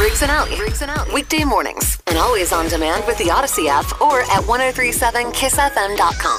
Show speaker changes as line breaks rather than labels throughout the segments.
Riggs and Out. Riggs and Out. Weekday mornings. And always on demand with the Odyssey app or at 1037kissfm.com.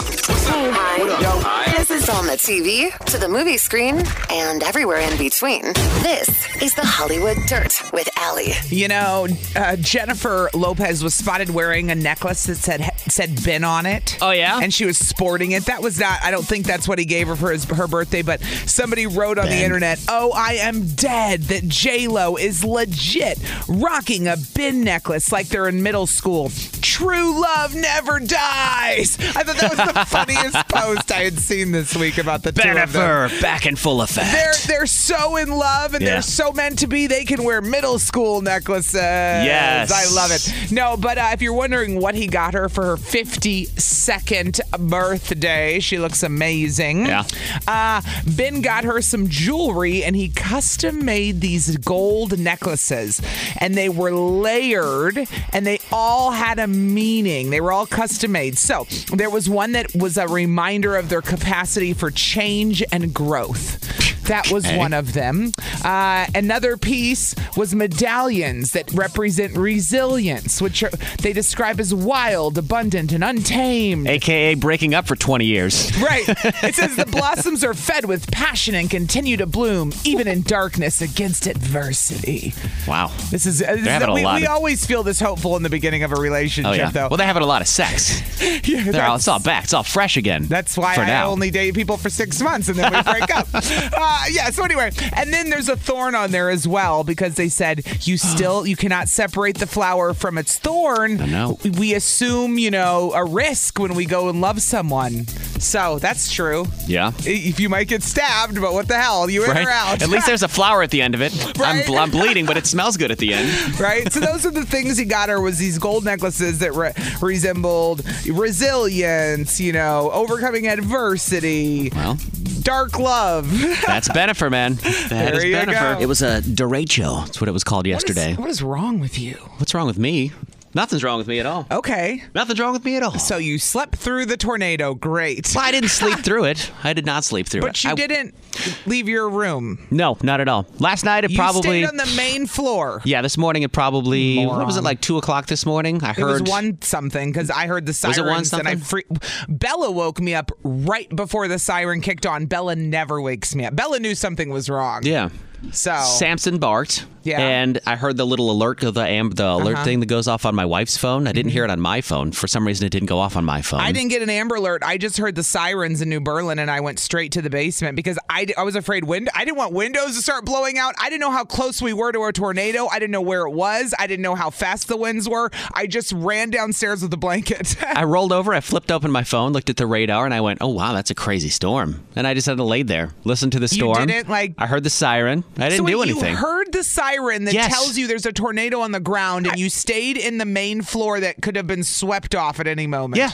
Hi. This is on the TV, to the movie screen, and everywhere in between. This is the Hollywood Dirt with Allie.
You know, uh, Jennifer Lopez was spotted wearing a necklace that said said Ben on it.
Oh, yeah?
and she was sporting it. That was not. I don't think that's what he gave her for his, her birthday. But somebody wrote on the internet, "Oh, I am dead that J Lo is legit rocking a bin necklace like they're in middle school. True love never dies." I thought that was the funniest post I had seen this week about the two of them.
Bennifer, back in full effect.
They're they're so in love and
Yeah.
they're so meant to be. They can wear middle school necklaces.
Yes.
I love it. No, but uh, if you're wondering what he got her for her 52nd birthday, she looks amazing.
Yeah.
Uh, ben got her some jewelry and he custom made these gold necklaces and they were layered and they all had a meaning. They were all custom made. So there was one that was a reminder of their capacity for change and growth. That was one of them. Uh, another piece was medallions that represent resilience, which are, they describe as wild, abundant, and untamed.
AKA breaking up for 20 years.
Right. It says the blossoms are fed with passion and continue to bloom even in darkness against adversity.
Wow.
This is, uh, this is-
having a
we,
lot
we
of-
always feel this hopeful in the beginning of a relationship,
Oh, yeah.
though.
Well, they're having a lot of sex.
Yeah,
They're all, it's
that's-
all back. It's all fresh again.
That's why
for
I
now.
only date people for six months and then we break up. Uh, yeah. So anyway, and then there's a thorn on there as well because they said you still you cannot separate the flower from its thorn.
no.
We assume you know a risk when we go and love someone. So that's true.
Yeah.
If you might get stabbed, but what the hell? You in
Right?
or out?
At least there's a flower at the end of it. I'm,
Right?
bl- I'm bleeding, but it smells good at the end.
right? So those are the things he got her was these gold necklaces that re- resembled resilience, you know, overcoming adversity,
Well,
dark love.
that's Bennifer, man. That
There
is
you
Bennifer.
go.
It was a derecho. That's what it was called yesterday.
what is wrong with you?
What's wrong with me? Nothing's wrong with me at all.
Okay.
Nothing's wrong with me at all.
So you slept through the tornado. Great.
Well, I didn't sleep through it. I did not sleep through it.
But you
I-
didn't leave your room.
No, not at all. Last night it
You
probably.
stayed on the main floor.
yeah, this morning it probably. What was it
Moron.
like two o'clock this morning? I
It
heard.
was one something because I heard the
Was
sirens
it one
and I free- Bella woke me up right before the siren kicked on. Bella never wakes me up. Bella knew something was wrong.
Yeah.
So
Samson barked.
Yeah. Uh-huh.
And I heard the little alert, the am, the alert thing that goes off on my wife's phone. I didn't hear it on my phone. For some reason, it didn't go off on my phone.
Mm-hmm. I didn't get an Amber Alert. I just heard the sirens in New Berlin, and I went straight to the basement because I, d- I was afraid wind. I didn't want windows to start blowing out. I didn't know how close we were to a tornado. I didn't know where it was. I didn't know how fast the winds were. I just ran downstairs with a blanket.
I rolled over, I flipped open my phone, looked at the radar, and I went, "Oh wow, that's a crazy storm." And I just had to lay there, listen to the
You
storm.
didn't, like-
I heard the siren. I didn't
so
do
when
anything.
You heard the siren that
Yes.
tells you there's a tornado on the ground, and you stayed in the main floor that could have been swept off at any moment.
yeah.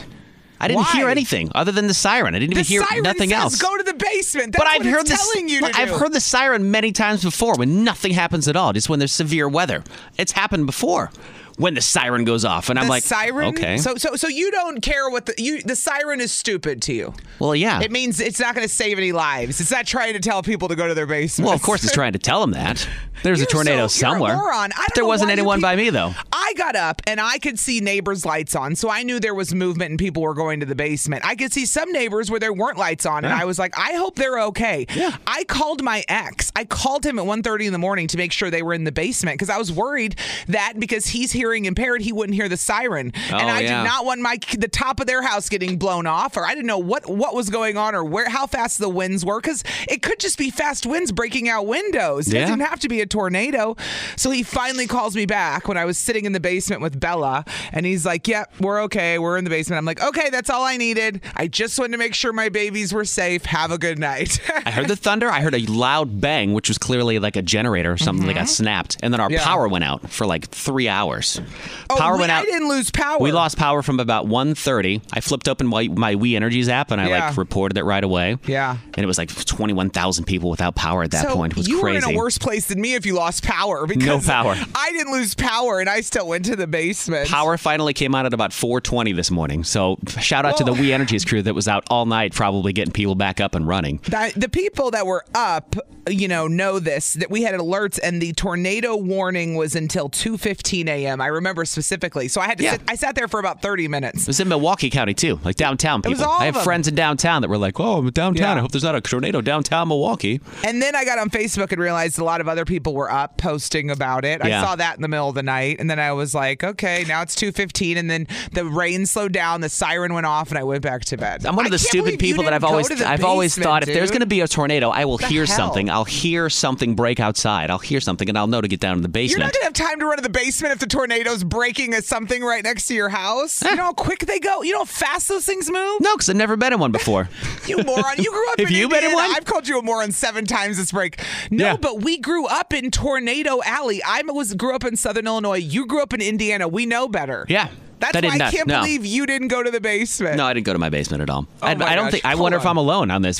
I didn't hear
Why?
anything other than the siren. I didn't
The
even hear
siren
nothing
says
else.
go to the basement. That's
but I've
what it's
heard this.
telling you to
look, I've
do.
heard the siren many times before when nothing happens at all, just when there's severe weather. It's happened before when the siren goes off, and I'm
the
like,
siren.
okay,
So so so you don't care what the you the siren is stupid to you.
well, yeah.
It means it's not going to save any lives. It's not trying to tell people to go to their basement.
well, of course, it's trying to tell them that there's a
You're so-
tornado
you're a
somewhere.
moron. I don't
But there
know
wasn't
why you
anyone
peop-
by me though.
I got up and I could see neighbors' lights on, so I knew there was movement and people were going to the basement. I could see some neighbors where there weren't lights on, and I was like, I hope they're okay. Yeah. I called my ex. I called him at 1.30 in the morning to make sure they were in the basement because I was worried that because he's hearing impaired, he wouldn't hear the siren, and
Oh,
I
yeah.
did not want my the top of their house getting blown off, or I didn't know what what was going on or where how fast the winds were because it could just be fast winds breaking out windows. It
Yeah.
doesn't have to be a tornado. So he finally calls me back when I was sitting in the basement with Bella, and he's like, "Yep, we're okay. We're in the basement." I'm like, "Okay, that's all I needed. I just wanted to make sure my babies were safe. Have a good night."
I heard the thunder. I heard a loud bang, which was clearly like a generator or something that got snapped. And then our
Mm-hmm. Yeah.
power went out for like three hours.
Oh,
power
we-
went
I
out.
didn't lose power.
We lost power from about 1.30. I flipped open my, my We Energies app and I
Yeah.
like reported it right away.
Yeah.
And it was like 21,000 people without power at that
so
point. It was
you
crazy.
were in a worse place than me if you lost power because
power.
I didn't lose power, and I still went to the basement.
Power finally came out at about 4:20 this morning. So shout out to the
Well-
We Energies crew that was out all night, probably getting people back up and running.
That, the people that were up, you know, know this that we had alerts and the tornado warning was until 2:15 a.m. I remember specifically. So I had to
Yeah.
sit, I sat there for about 30 minutes.
It was in Milwaukee County too, like downtown people.
was all
I
of
have
them.
friends in downtown that were like, "Oh, I'm downtown.
Yeah.
I hope there's not a tornado downtown Milwaukee."
And then I got on Facebook and realized a lot of other people were up posting about it. I
Yeah.
saw that in the middle of the night and then I was like, okay, now it's 2:15 and then the rain slowed down, the siren went off and I went back to bed.
I'm one of
I
the
can't
stupid
believe you
people that
didn't
I've
go
always
to the
I've always
basement,
thought if there's
dude.
going to be a tornado, I will
The
hear
hell?
something. I'll hear something break outside. I'll hear something and I'll know to get down in the
You're not
basement.
gonna have time to run to the basement if the tornado's breaking at something right next to your house. You know how quick they go. You know how fast those things move.
No, because I've never been in one before.
You moron! You grew up
Have
in
you been in
Indiana.
one?
I've called you a moron seven times this break. No,
Yeah.
but we grew up in Tornado Alley. I was grew up in Southern Illinois. You grew up in Indiana. We know better.
Yeah.
that's
I did
why I
not-
can't
no.
believe you didn't go to the basement.
no, I didn't go to my basement at all. I,
my
I don't
gosh.
think. I
Hold
wonder if
on.
I'm alone on this.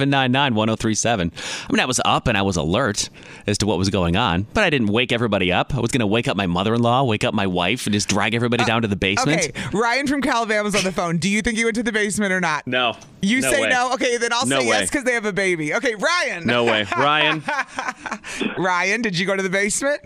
414-799-1037. I mean, I was up and I was alert as to what was going on, but I didn't wake everybody up. I was going to wake up my mother-in-law, wake up my wife, and just drag everybody down to the basement.
Uh, Okay, Ryan from Calabama was on the phone. Do you think you went to the basement or not?
No.
You
No
say
way.
no. Okay, then I'll
No
say
way.
yes because they have a baby. Okay, Ryan.
No way, Ryan.
Ryan, did you go to the basement?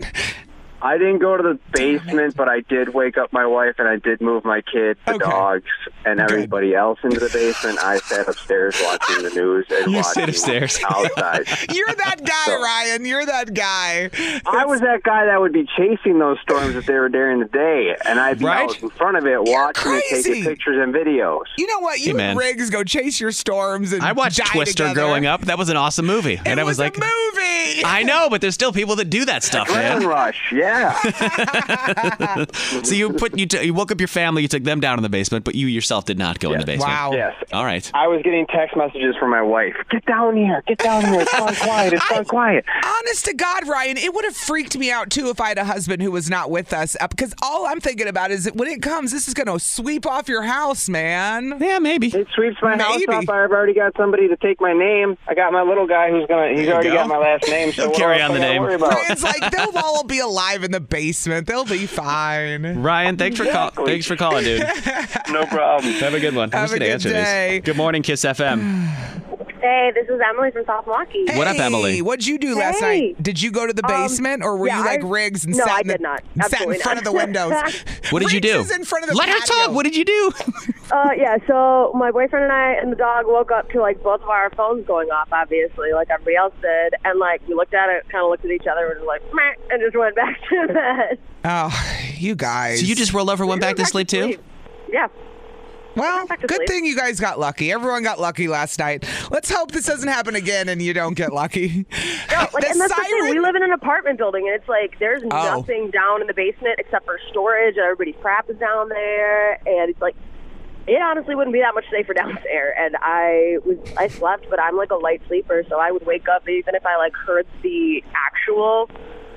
I didn't go to the basement, but I did wake up my wife and I did move my kid, the
Okay.
dogs, and everybody else into the basement. I sat upstairs watching the news and
You
watching
sit upstairs.
outside.
You're that guy, Ryan. You're that guy.
I was that guy that would be chasing those storms if they were during the day, and I'd be
Right?
out in front of it, watching it, taking
crazy.
pictures and videos.
You know what? You
man.
and Riggs go chase your storms and
I watched
die
Twister
together.
growing up. That was an awesome movie,
It
and I
was,
was like,
a movie.
I know, but there's still people that do that stuff,
Adrenaline
man.
rush, yeah.
So you put you, t- you woke up your family, you took them down in the basement, but you yourself did not go in the basement.
wow.
yes.
All right.
I was getting text messages from my wife. Get down here. Get down here. It's gone quiet. It's gone quiet.
Honest to God, Ryan, it would have freaked me out too if I had a husband who was not with us. uh, Because all I'm thinking about is that when it comes, this is going to sweep off your house, man.
Yeah, maybe.
It sweeps my house
Maybe.
up. I've already got somebody to take my name. I got my little guy who's gonna. He's already
go.
got my last name. So
He'll
what
carry
else
on
I
the
gotta
name.
Worry about?
Ryan's like, they'll all be alive in the basement. They'll be fine.
Ryan, thanks for call-
Exactly.
thanks for calling, dude.
no problem.
Have a good one. I'm
Have
just
a
gonna
good
answer
day.
this. Good morning, Kiss FM.
Hey, this is Emily from South Milwaukee.
What up,
Hey,
Emily?
What'd you do last
Hey.
night? Did you go to the
Um,
basement, or were
yeah,
you like
I-
Riggs and
No,
sat
I
in the-
did not.
sat in
Absolutely
front of the
not.
windows?
What did you do?
Riggs is in front of the
Let her
patio.
talk. What did you do?
Uh, yeah, so my boyfriend and I and the dog woke up to like both of our phones going off, obviously, like everybody else did, and like we looked at it, kind of looked at each other, and was like, Meh, and just went back to bed.
Oh, you guys.
so you just rolled over, went back to sleep too.
Yeah.
Well,
back to
good
sleep.
thing you guys got lucky. Everyone got lucky last night. Let's hope this doesn't happen again and you don't get lucky.
No, like, and that's the thing. We live in an apartment building, and it's like there's nothing down in the basement except for storage, and everybody's crap is down there, and it's like it honestly wouldn't be that much safer downstairs. And I was I slept, but I'm like a light sleeper, so I would wake up even if I like heard the actual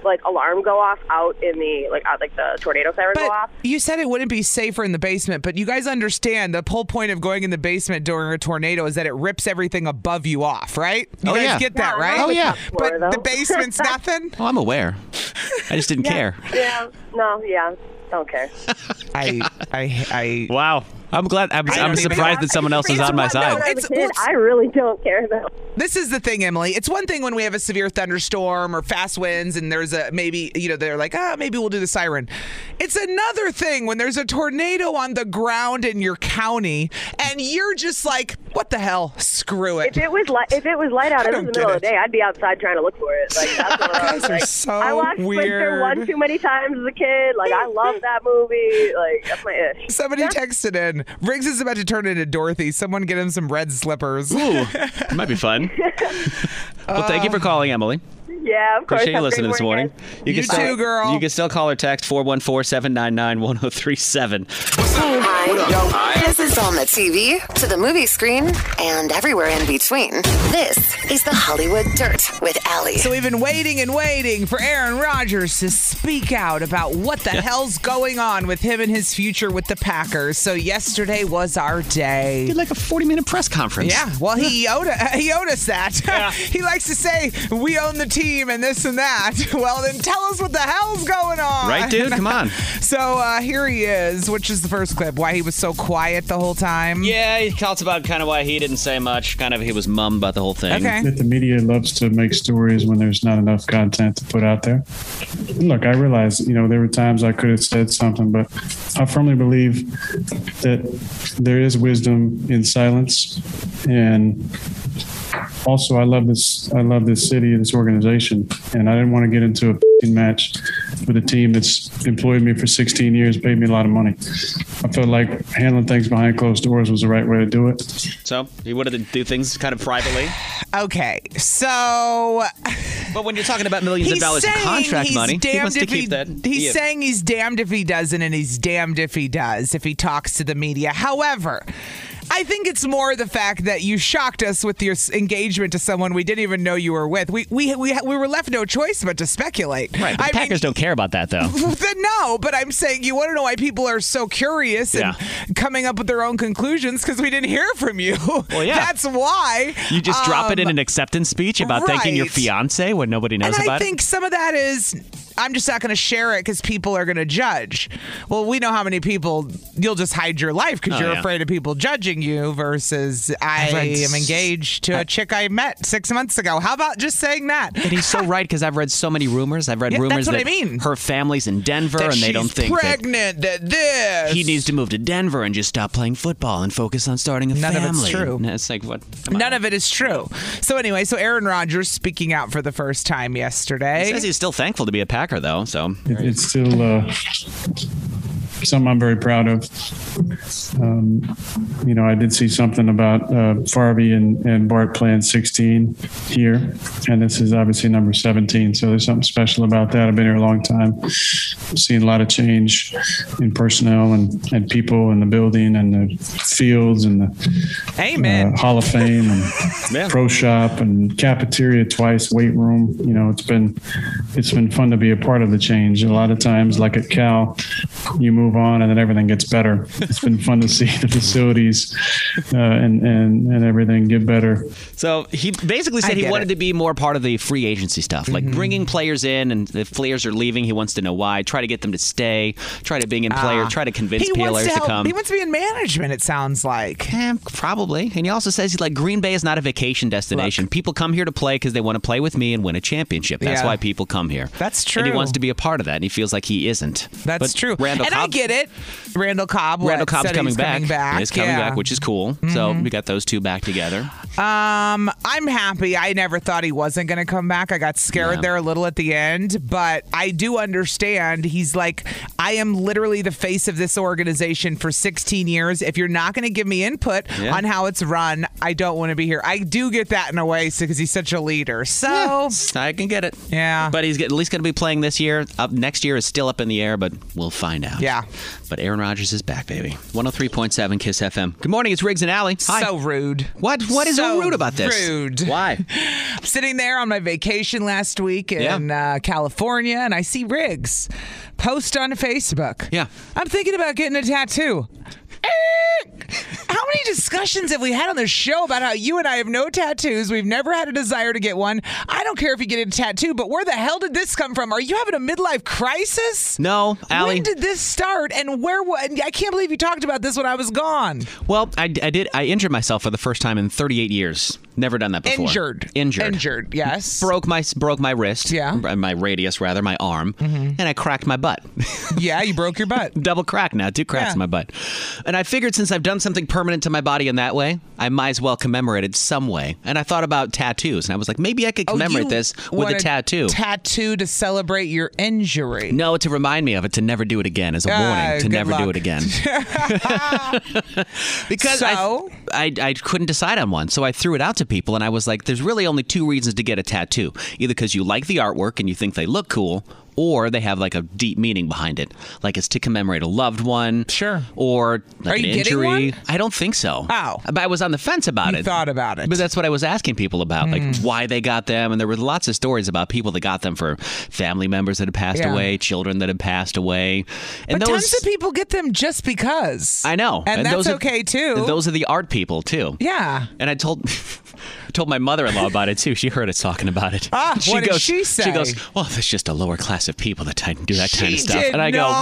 like alarm go off out in the like out like the tornado siren go off.
You said it wouldn't be safer in the basement, but you guys understand the whole point of going in the basement during a tornado is that it rips everything above you off, right? You
Oh,
guys
yeah.
get that,
Yeah,
right?
Oh, yeah.
But the basement's nothing.
Oh, I'm aware. I just didn't care.
Yeah. No. Yeah. Don't care.
I, I, I.
Wow. I'm glad. I'm,
I
I'm
don't even
surprised that someone else is on my
No,
side.
When I was
It's-
a kid, I really don't care though.
This is the thing, Emily. It's one thing when we have a severe thunderstorm or fast winds, and there's a maybe, you know, they're like, ah, maybe we'll do the siren. It's another thing when there's a tornado on the ground in your county, and you're just like, what the hell? Screw it.
If it was light, if it was light out, it was in the middle of the day. I'd be outside trying to look for it. Like that's what I was
Guys are
like.
so
I watched Splinter one
weird.
too many times as a kid. Like I love that movie. Like that's my ish.
Somebody texted in. Riggs is about to turn into Dorothy. Someone get him some red slippers.
Ooh, it might be fun. well, thank you for calling, Emily.
Yeah, of course.
Appreciate you
Have a
listening
great
this
morning,
morning.
guys.
You,
You too, girl.
You can still call or text 414 799 1037.
This is on the TV, to the movie screen, and everywhere in between. This is the Hollywood Dirt with Allie.
So we've been waiting and waiting for Aaron Rodgers to speak out about what the hell's going on with him and his future with the Packers. So yesterday was our day.
Did like a 40 minute press conference.
Yeah, well, he owed, he owed us that. he likes to say, we own the team and this and that. Well, then tell us what the hell's going on.
Right, dude? Come on.
So uh, here he is, which is the first clip, why he was so quiet the whole time.
Yeah, he talks about kind of why he didn't say much. Kind of, he was mum about the whole thing.
Okay.
that the media loves to make stories when there's not enough content to put out there. Look, I realize, you know, there were times I could have said something, but I firmly believe that there is wisdom in silence. And also, I love this. I love this city, this organization, and I didn't want to get into a f***ing match with a team that's employed me for 16 years, paid me a lot of money. I felt like handling things behind closed doors was the right way to do it.
So he wanted to do things kind of privately.
Okay. So
But when you're talking about millions of dollars in
saying
contract
he's
money, he
damned
wants to
if
keep that.
He's
Yeah.
saying he's damned if he doesn't, and he's damned if he does, if he talks to the media. However, I think it's more the fact that you shocked us with your s- engagement to someone we didn't even know you were with. We we we, we were left no choice but to speculate.
Right, but the
I mean,
Packers don't care about that, though.
then no, but I'm saying you want to know why people are so curious
Yeah.
and coming up with their own conclusions because we didn't hear from you. Well,
yeah.
That's why.
You just drop it
Um,
in an acceptance speech about thanking your
right.
fiance when nobody knows
and
about
I think
it.
some of that is I'm just not going to share it because people are going to judge. Well, we know how many people you'll just hide your life because
Oh,
you're
yeah.
afraid of people judging you. Versus, I
I've read s-
am engaged to a chick I met six months ago. How about just saying that?
And he's so right because I've read so many rumors. I've read
Yeah,
rumors
that's what I
that
mean.
her family's in Denver and
That
they
she's
don't think that
pregnant. That, this
he needs to move to Denver and just stop playing football and focus on starting a
None of
family.
it's true.
And it's like what? come on.
None of it is true. So anyway, so Aaron Rodgers speaking out for the first time yesterday.
He says he's still thankful to be a Packer though. So
it, it's still uh, something I'm very proud of. Um, you know, I did see something about uh, Farby and, and Bart playing 16 here, and this is obviously number 17. So there's something special about that. I've been here a long time, seen a lot of change in personnel and, and people and the building and the fields and the
Amen.
uh, Hall of Fame and
Yeah.
pro shop and cafeteria twice, weight room. You know, it's been it's been fun to be a part of the change. A lot of times, like at Cal, you move on and then everything gets better. It's been fun to see the facilities uh, and and and everything get better.
So he basically
I
said he
get
wanted
it. Mm-hmm.
to be more part of the free agency stuff, like bringing players in, and if players are leaving, he wants to know why. Try to get them to stay. Try to bring in players. Try to convince
Ah. he wants
players
to, help,
come.
He wants to be in management. It sounds like.
Eh, probably. And he also says he's like Green Bay is not a vacation destination. People come here to play because they want to play with me and win a championship. That's
Yeah.
why people come here.
That's
And he
true.
wants to be a part of that, and he feels like he isn't.
That's
But
true.
Randall
and
Cobb,
I get it. Randall Cobb. what,
Randall Cobb's
said
coming
he's
back.
coming back.
He is coming
yeah. Mm-hmm.
back, which is cool. So we got those two back together.
Um, I'm happy. I never thought he wasn't going to come back. I got scared there a little at the end, but I do understand. He's like, I am literally the face of this organization for 16 years. If you're not going to give me input
Yeah.
on how it's run, I don't want to be here. I do get that in a way because he's such a leader. So.
I can get it.
Yeah.
But he's at least going to be playing this year. Up next year is still up in the air, but we'll find out.
Yeah.
But Aaron Rodgers is back, baby. 103.7 Kiss FM. Good morning. It's Riggs and Alley. Hi.
So rude.
What? What is so,
So
rude about this?
rude.
Why?
I'm sitting there on my vacation last week in uh, California, and I see Riggs post on Facebook.
Yeah.
I'm thinking about getting a tattoo. Eh. How many discussions have we had on this show about how you and I have no tattoos? We've never had a desire to get one. I don't care if you get a tattoo, but where the hell did this come from? Are you having a midlife crisis?
No, Allie.
When did this start? And where? wa- I can't believe you talked about this when I was gone.
Well, I, I did. I injured myself for the first time in 38 years. Never done that before.
Injured.
Injured.
Injured. Yes.
Broke my broke my wrist. Yeah. My radius, rather, my arm, and I cracked my butt.
Mm-hmm. yeah, you broke your butt.
Double crack now, two cracks
Yeah.
in my butt. And I figured since I've done something permanent to my body in that way, I might as well commemorate it some way. And I thought about tattoos, and I was like, maybe I could
Oh,
commemorate
you
this with
want
a tattoo.
Tattoo to celebrate your injury.
no, to remind me of it, to never do it again, as a
Ah,
warning, to
good
never do it
luck.
again. because I-
So?
I, I couldn't decide on one, so I threw it out to people, and I was like, "There's really only two reasons to get a tattoo: either because you like the artwork and you think they look cool." Or they have like a deep meaning behind it, like it's to commemorate a loved one. Sure. Or like
Are
an
you getting
injury.
one?
I don't think so.
Oh.
But I was on the fence about
You
it.
thought about it. Hmm.
But that's what I was asking people about, like why they got them, and there were lots of stories about people that got them for family members that had passed
Yeah.
away, children that had passed away, and
but
those.
tons of people get them just because.
I know,
And, that's
those are-
okay too.
and those are the art people too.
yeah.
And I told told my mother in law about it too. She heard us talking about it.
Ah,
she
what did
goes,
she say?
goes, Well, that's just a lower class of people that ti- do that kind
She
of stuff.
did
and I
not.
go,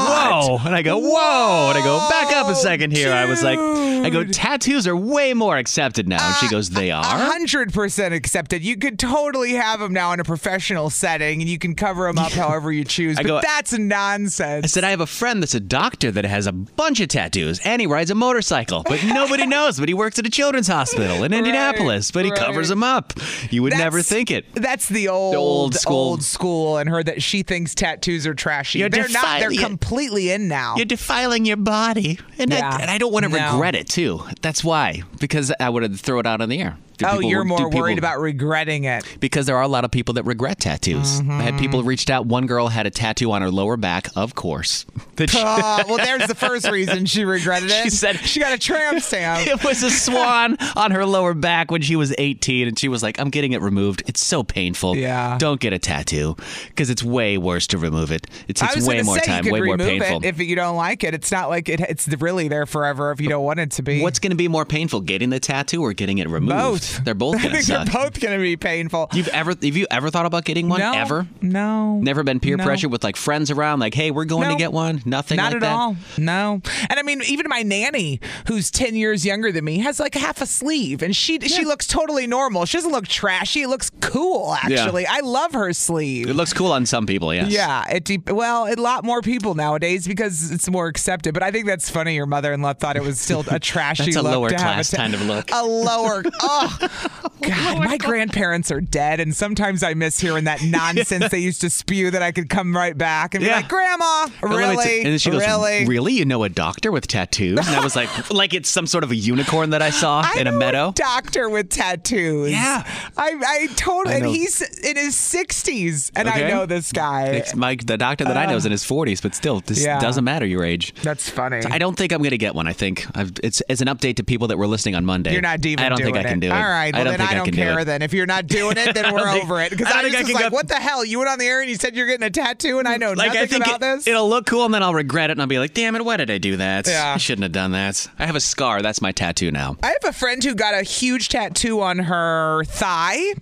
Whoa. And I go, Whoa. And I go, Back up a second here. I was like, I go, Tattoos are way more accepted now. and she goes, They
A
are.
hundred percent accepted. You could totally have them now in a professional setting, and you can cover them up however you choose.
I
But
go-
that's
I
nonsense.
said, I have a friend that's a doctor that has a bunch of tattoos and he rides a motorcycle, but nobody knows. But he works at a children's hospital in Indianapolis, but he covers them up. You would never
That's-
think it.
That's the old,
old school.
old school, and her that she thinks tattoos are trashy.
You're
they're not. They're
defiling it.
completely in now.
You're defiling your body, and,
Yeah.
I, and I don't want to
No.
regret it too. That's why, because I would have throw it out on the air. Do
oh,
people-
you're
do
more
people-
worried about regretting it.
because there are a lot of people that regret tattoos. I had
Mm-hmm.
people reached out. One girl had a tattoo on her lower back, of course. That she-
Oh, well, there's the first reason she regretted it.
She said-
she got a tram stamp.
it was a swan on her lower back when she was 18, and she was like, "I'm getting it removed. It's so painful.
Yeah.
don't get a tattoo because it's way worse to remove it. It
I
takes
was
way
gonna
more
say
time,
you could
way more
remove
painful."
It if you don't like it, it's not like it, it's really there forever if you don't want it to be.
What's going to be more painful, getting the tattoo or getting it removed?
both?
They're both
I
going to
think
suck.
they're both going to be painful.
You've ever have you ever thought about getting one?
no,
Ever?
No.
Never been peer
No.
pressure with like friends around, like, hey, we're going to
No.
get one. Nothing
Not
like
at
that.
all. No. And I mean, even my nanny, who's ten years younger than me, has like half a sleeve, and she she looks totally normal. She doesn't look trashy. It looks cool, actually. I love her sleeve.
It looks cool on some people, yes.
Yeah, it de- well, a lot more people nowadays because it's more accepted. But I think that's funny. Your mother-in-law thought it was still a trashy.
That's a
look
lower
to have
class
a ta-
kind of look.
A lower. Oh, God, my grandparents are dead, and sometimes I miss hearing that nonsense they used to spew that I could come right back and be
Yeah.
like, "Grandma,
And let me
really,
t- and then she goes,
really."
"Really? You know a doctor with tattoos?" And I was like, "Like it's some sort of a unicorn that I saw
I
in a
know
meadow."
doctor with tattoos.
Yeah.
I, I totally.
I
and
know.
he's in his sixties, and
Okay.
I know this guy.
It's my the doctor that I know is in his 40s, but still, this
yeah.
doesn't matter your age.
That's funny.
So I don't think I'm going to get one. I think I've, it's as an update to people that were listening on Monday.
You're not even
I don't
doing
think I can do it.
All right, well,
I don't
then
think
I don't
can do
care.
it.
Then if you're not doing it, then we're
don't think-
over it. Because
I don't
I,
think
just
I
was
can
like,
go-
what the hell? You went on the air and you said you're getting a tattoo, and I know
Like
nothing
I think
about
it,
this.
will look cool, and then I'll regret it, and I'll be like, "Damn it, why did I do that?
Yeah.
I shouldn't have done that." I have a scar. That's my tattoo now.
I have a friend who got a huge tattoo on her thigh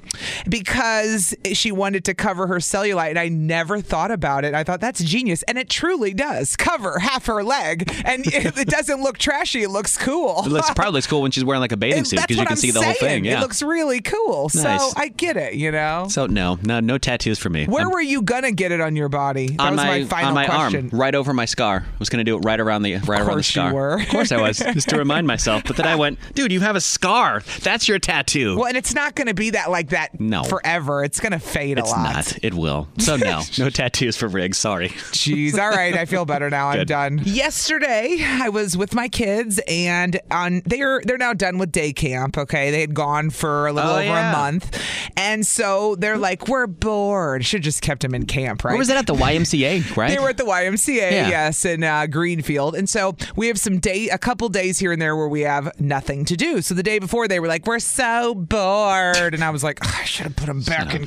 because she wanted to cover her cellulite, and I never thought about it. I thought that's genius, and it truly does cover half her leg, and it, it doesn't look trashy. It looks cool.
It looks probably looks cool when she's wearing like a bathing
It-
suit
that's
because you
what
can
I'm
see the whole
saying.
thing. Yeah.
It looks really cool.
Nice.
So I get it, you know?
so no, no, no tattoos for me.
Where
I'm-
were you gonna get it on your body? That
on
was my,
my,
final
on my
question.
arm, right over my scar. I was gonna do it right around the right around the
course you
scar.
were.
Of course I was, just to remind myself. But then I went, dude, you have a scar. That's your tattoo.
Well, and it's not gonna be that like that
No.
forever. It's gonna fade
It's
a lot.
not. It will. So no, no tattoos for Riggs. Sorry.
Jeez. All right, I feel better now. I'm
Good.
done. Yesterday, I was with my kids, and on they're they're now done with day camp. Okay, they had gone for a little
Oh,
over
yeah.
a month. And so they're like, we're bored. Should have just kept him in camp, right?
Where was it at the YMCA? Right.
They were at the YMCA,
Yeah.
yes, in uh, Greenfield. And so we have some day, a couple days here and there where we have nothing to do. So the day before, they were like, "We're so bored," and I was like, "Ugh, "I should have put them back in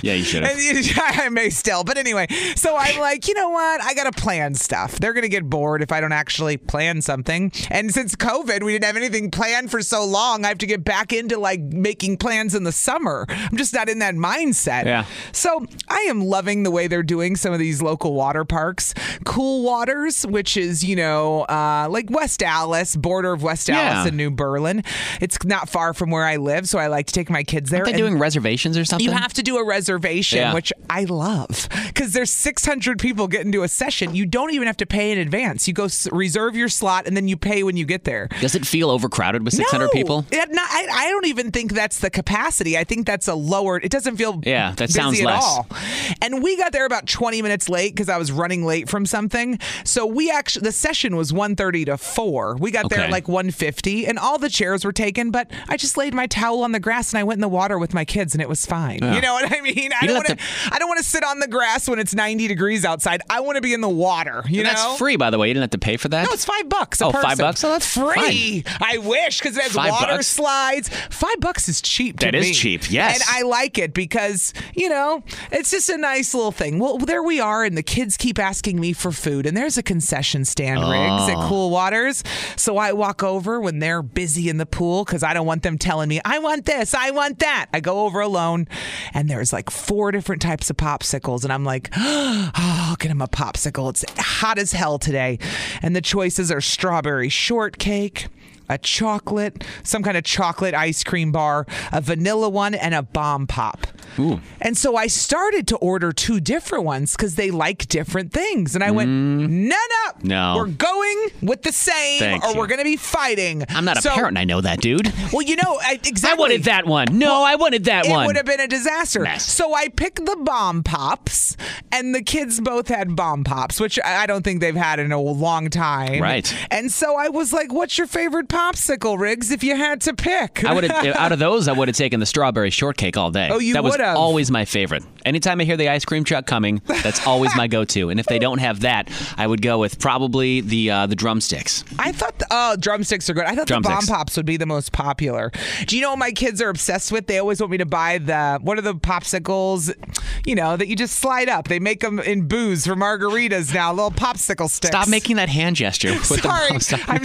Yeah, you should have.
And you- I may still, but anyway. So I'm like, you know what? I gotta plan stuff. They're gonna get bored if I don't actually plan something. And since COVID, we didn't have anything planned for so long. I have to get back into like making plans in the summer. I'm just not in that mindset.
Yeah.
So I am loving the way they're doing some of these local water parks. Cool Waters, which is, you know, uh, like West Dallas, border of West Dallas
Yeah.
and New Berlin. It's not far from where I live, so I like to take my kids there.
Aren't they
And
doing reservations or something?
You have to do a reservation,
Yeah.
which I love because there's 600 people getting to a session. You don't even have to pay in advance. You go s- reserve your slot and then you pay when you get there.
Does it feel overcrowded with 600
No.
people?
It- no, I, I don't even think that's the capacity. I think that's a lower. It doesn't feel
Yeah, that
busy
sounds
at
less.
all. And we got there about 20 minutes late because I was running late from something. So we actually the session was 1:30 to 4. We got there
Okay.
at like 1:50, and all the chairs were taken. But I just laid my towel on the grass and I went in the water with my kids, and it was fine.
Yeah.
You know what I mean? I
You
don't
let
want to. I don't want to sit on the grass when it's 90 degrees outside. I want to be in the water. You
And
know,
That's free, by the way. You didn't have to pay for that.
no, it's five bucks. A
Oh,
person.
five bucks? Oh, that's
free. I wish because it has
Five
water
bucks?
slides. Five bucks is cheap. To
That is
me.
cheap, yes.
and I like it because you know it's just a nice little thing. Well, there we are, and the kids keep asking me for food, and there's a concession stand rigs
Ah.
at Cool Waters, so I walk over when they're busy in the pool because I don't want them telling me I want this, I want that. I go over alone, and there's like four different types of popsicles, and I'm like, oh, I'll get him a popsicle. It's hot as hell today, and the choices are strawberry shortcake a chocolate, some kind of chocolate ice cream bar, a vanilla one, and a bomb pop. And so I started to order two different ones because they like different things. And I went, none up.
No.
We're going with the same
Thank
or
you.
we're going to be fighting.
I'm not a
So-
parent. and I know that, dude.
Well, you know, I,
I
exactly.
wanted that one. No, I wanted that
It
one.
would have been a disaster.
Mess.
So I picked the bomb pops, and the kids both had bomb pops, which I I don't think they've had in a long time.
Right.
And so I was like, "What's your favorite popsicle, Riggs? If you had to pick,
I would have out of those. I would have taken the strawberry shortcake all day.
Oh, you
that was
would've.
always my favorite. Anytime I hear the ice cream truck coming, that's always my go-to. And if they don't have that, I would go with probably the uh, the drumsticks.
I thought the, oh, drumsticks are good. I thought
Drumsticks.
the bomb pops would be the most popular. Do you know what my kids are obsessed with? They always want me to buy the what are the popsicles, you know, that you just slide up. They make them in booze for margaritas now, little popsicle sticks.
Stop making that hand gesture. With
Sorry,
the, stop.
I'm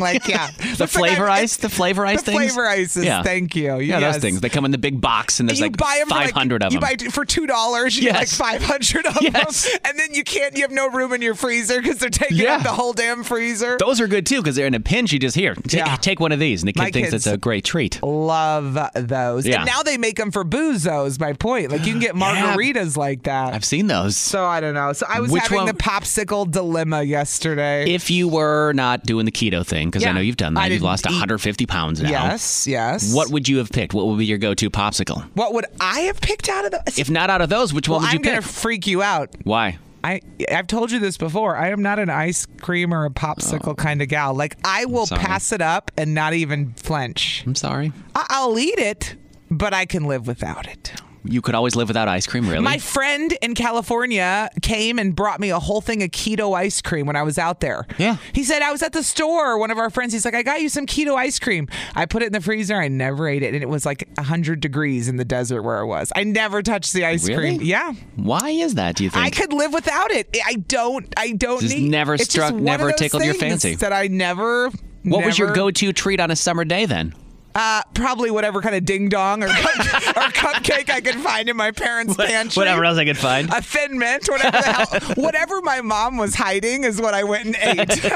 like yeah.
the
Looks like
flavor
I'm-
ice, the flavor ice
the
things.
flavor ices. Thank you.
Yeah,
Yes.
those things. They come in the big box, and there's
you
like
buy 'em for, like,
500 of
You
them.
buy t- for two dollars. You
Yes.
get like 500 of
Yes.
them, and then you can't. You have no room in your freezer because they're taking
Yeah.
up the whole damn freezer.
those are good too because they're in a pinch. You just hear, "Ta-
Yeah.
take one of these, and the kid
My
thinks
kids-
it's a great treat.
love those.
Yeah.
And now they make them for boozos, my point. Like you can get margaritas like that.
I've seen those.
so I don't know. So I was
Which
having
one-
the popsicle dilemma yesterday.
if you were not doing the keto thing, because I
Yeah.
know you've done
I
that, you've
didn't
lost
eat-
150 pounds now.
yes, yes.
What would you have picked? What would be your go-to popsicle?
what would I have picked out of the
If not out of those, which
well,
one would you
I'm gonna
pick?
freak you out.
Why?
I I've told you this before. I am not an ice cream or a popsicle kind of gal. Like I will
Oh. sorry.
pass it up and not even flinch.
I'm sorry.
I- I'll eat it, but I can live without it.
You could always live without ice cream, really.
My friend in California came and brought me a whole thing of keto ice cream when I was out there.
Yeah.
He said, I was at the store. One of our friends, he's like, I got you some keto ice cream. I put it in the freezer. I never ate it. And it was like 100 degrees in the desert where I was. I never touched the ice
Really?
cream. Yeah.
Why is that? Do you think?
I could live without it. I don't, I don't
Just
need
never
it's just
struck-
one of
never
those
tickled your
things
fancy.
That I never.
what was your
never-
go-to treat on a summer day then?
Uh, probably whatever kind of ding dong or, cup- or cupcake I could find in my parents' pantry.
Whatever else I could find.
a thin mint, whatever the hell, whatever my mom was hiding is what I went and ate.
I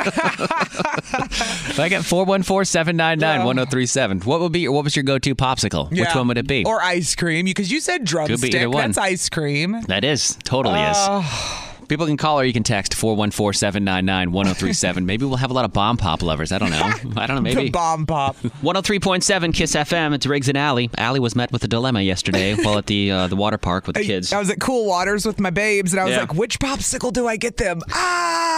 got 414-799-1037. What would be? What was your go-to popsicle? Which
Yeah.
one would it be?
Or ice cream, because you said drumstick.
either one.
That's ice cream.
That is. Totally
Uh.
is. People can call or you can text 414-799-1037. maybe we'll have a lot of bomb pop lovers. I don't know. I don't know.
The
Maybe.
bomb pop.
103.7 Kiss FM. It's Riggs and Allie. Allie was met with a dilemma yesterday while at the uh, the water park with the kids.
I was at Cool Waters with my babes, and I was
Yeah.
like, which popsicle do I get them? Ah!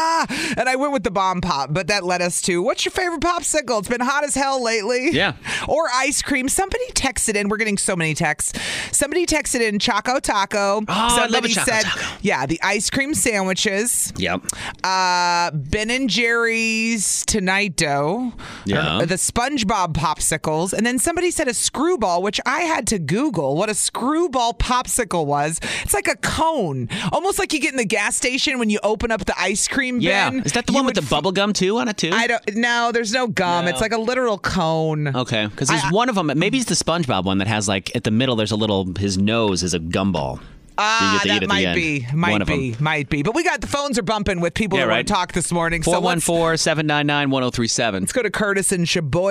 and I went with the bomb pop, but that led us to what's your favorite popsicle? It's been hot as hell lately.
Yeah.
Or ice cream. Somebody texted in. We're getting so many texts. Somebody texted in Choco Taco.
Oh, I love a
Somebody
Choco
said, yeah, the ice cream sandwiches.
Yep.
Uh, ben and Jerry's Tonight Dough. Uh,
Yeah.
The SpongeBob popsicles. And then somebody said a screwball, which I had to Google what a screwball popsicle was. It's like a cone, almost like you get in the gas station when you open up the ice cream
Yeah.
bin.
Is that the one with the bubble gum too on it too?
I don't. No, there's no gum.
No.
It's like a literal cone.
Okay, because there's one of them. Maybe it's the SpongeBob one that has like at the middle. There's a little. His nose is a gumball.
Ah,
that you get to eat at
that
the
might
end.
be, might
One of
be, might be. But we got the phones are bumping with people
Yeah,
that
right.
want to talk this morning. so let's
414 799 1037. Let's
go to Curtis and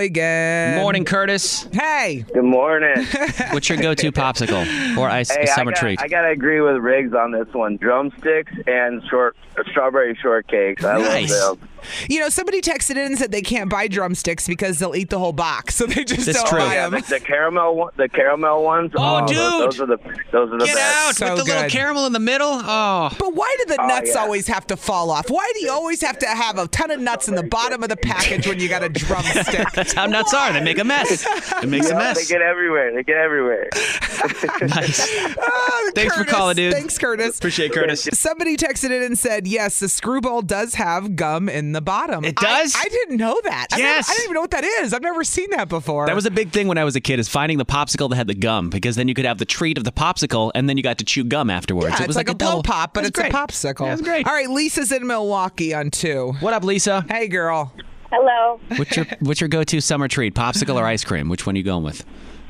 Sheboygan.
Morning, Curtis.
Hey.
Good morning.
What's your go to popsicle or ice
Hey,
summer
I gotta,
treat?
I gotta agree with Riggs on this one. Drumsticks and short strawberry shortcakes. I love them.
You know, somebody texted in and said they can't buy drumsticks because they'll eat the whole box, so they just don't buy
Yeah,
them.
the, the caramel, one, the caramel ones.
Oh,
those- Those,
dude.
are the those are the best.
caramel in the middle. Oh,
but why do the
Oh,
nuts
yeah.
always have to fall off? Why do you always have to have a ton of nuts in the bottom of the package when you got a drumstick?
That's how nuts are. They make a mess. It makes
Yeah,
a mess.
They get everywhere. They get everywhere.
Thanks for calling, dude.
Thanks, Ah, Curtis.
Appreciate Curtis.
Somebody texted in and said, "Yes, the screwball does have gum in the bottom. It
does?
I, didn't know that. I
Yes.
I don't even know what that is. I've never seen that before.
That was a big thing when I was a kid is finding the popsicle that had the gum because then you could have the treat of the popsicle and then you got to chew gum afterwards.
Yeah,
it was
it's like, a blow
double
pop,
It
but
was
it's
great.
a popsicle.
Yeah, it was great.
All right, Lisa's in Milwaukee on two.
What up, Lisa?
Hey, girl.
Hello.
What's your what's your go to summer treat? Popsicle or ice cream? Which one are you going with?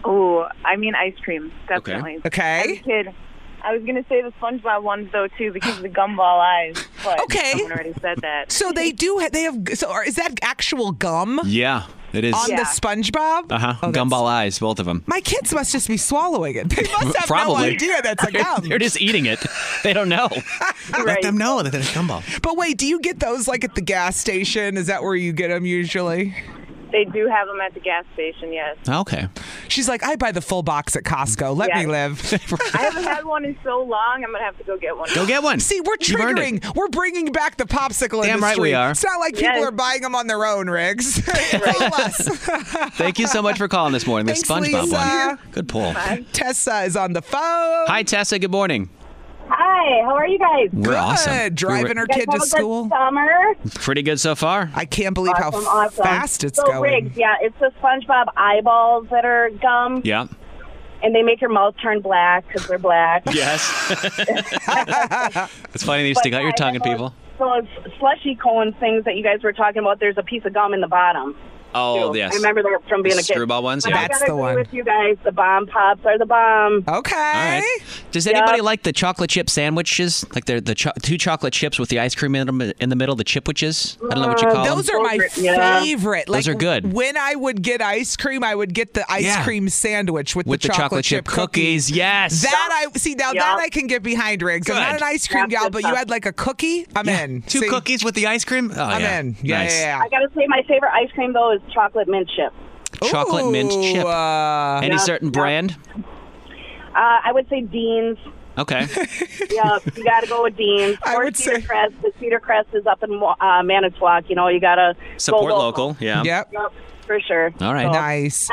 Oh, I mean ice cream, definitely.
Okay.
As a kid, I was gonna say the SpongeBob ones though too because of the gumball eyes. But
Okay.
Someone already said that.
So they do. Ha- they have. So are, is that actual gum
Yeah, it is.
on the Oh, SpongeBob?
uh huh. Gumball eyes, both of them.
My kids must just be swallowing it. They must have
Probably.
no idea that's a gum.
They're just eating it. They don't know.
Right. them
know that it's gumball.
But wait, do you get those like at the gas station? Is that where you get them usually?
They do have them at the gas station. Yes.
Okay.
She's like, I buy the full box at Costco. Let me
Yeah.
live.
I haven't had one in so long. I'm gonna have to go get one.
See, we're
You've earned
triggering. We're bringing back the popsicle
Damn right
industry.
we are.
It's not like people
Yes.
are buying them on their own, Riggs.
Thank you so much for calling this morning. The
Thanks,
SpongeBob
Lisa.
one. Good pull.
Tessa is on the phone.
Hi, Tessa. Good morning.
Hi, how are you guys?
We're awesome. We were-
Driving her
You guys have
kid to
a good
school.
Summer.
Pretty good so far.
I can't believe
Awesome,
how
awesome.
fast it's
so
going.
Rigged. Yeah, it's the SpongeBob eyeballs that are gum,
Yeah.
and they make your mouth turn black because they're black.
Yes. it's funny they stick out your tongue at people.
Those slushy cone things that you guys were talking about, there's a piece of gum in the bottom.
Oh,
too.
yes.
I remember that from being a kid.
Screwball ones,
But
yeah.
I
That's
gotta
the
agree
one.
With you guys, the bomb pops are the bomb.
Okay.
All right. Does
Yep.
anybody like the chocolate chip sandwiches? Like they're the cho- two chocolate chips with the ice cream in the, in the middle, the chipwiches? I don't know what
Uh,
you call them.
Those are my
yeah.
favorite.
Those are good.
When I would get ice cream, I would get the ice
Yeah.
cream sandwich with,
With the chocolate chip cookies, yes.
That I see now. That I can get behind, Riggs. I'm
Good.
not an ice cream
That's
gal,
good
but you
stuff.
had like a cookie. I'm in.
Two
See?
cookies with the ice cream? Oh,
I'm
yeah.
in. Yeah,
Nice.
yeah, yeah.
I gotta say, my favorite ice cream though is chocolate mint chip.
Chocolate mint
Ooh,
chip.
uh,
Any
Yeah,
certain brand?
Uh, I would say Dean's.
Okay.
yep, you got to go with Dean's. I or would Cedar Crest. The Cedar Crest is up in uh, Manitowoc. You know, you got to
Support
go
local. Yeah.
Yep.
Yep, for sure.
All right.
Nice.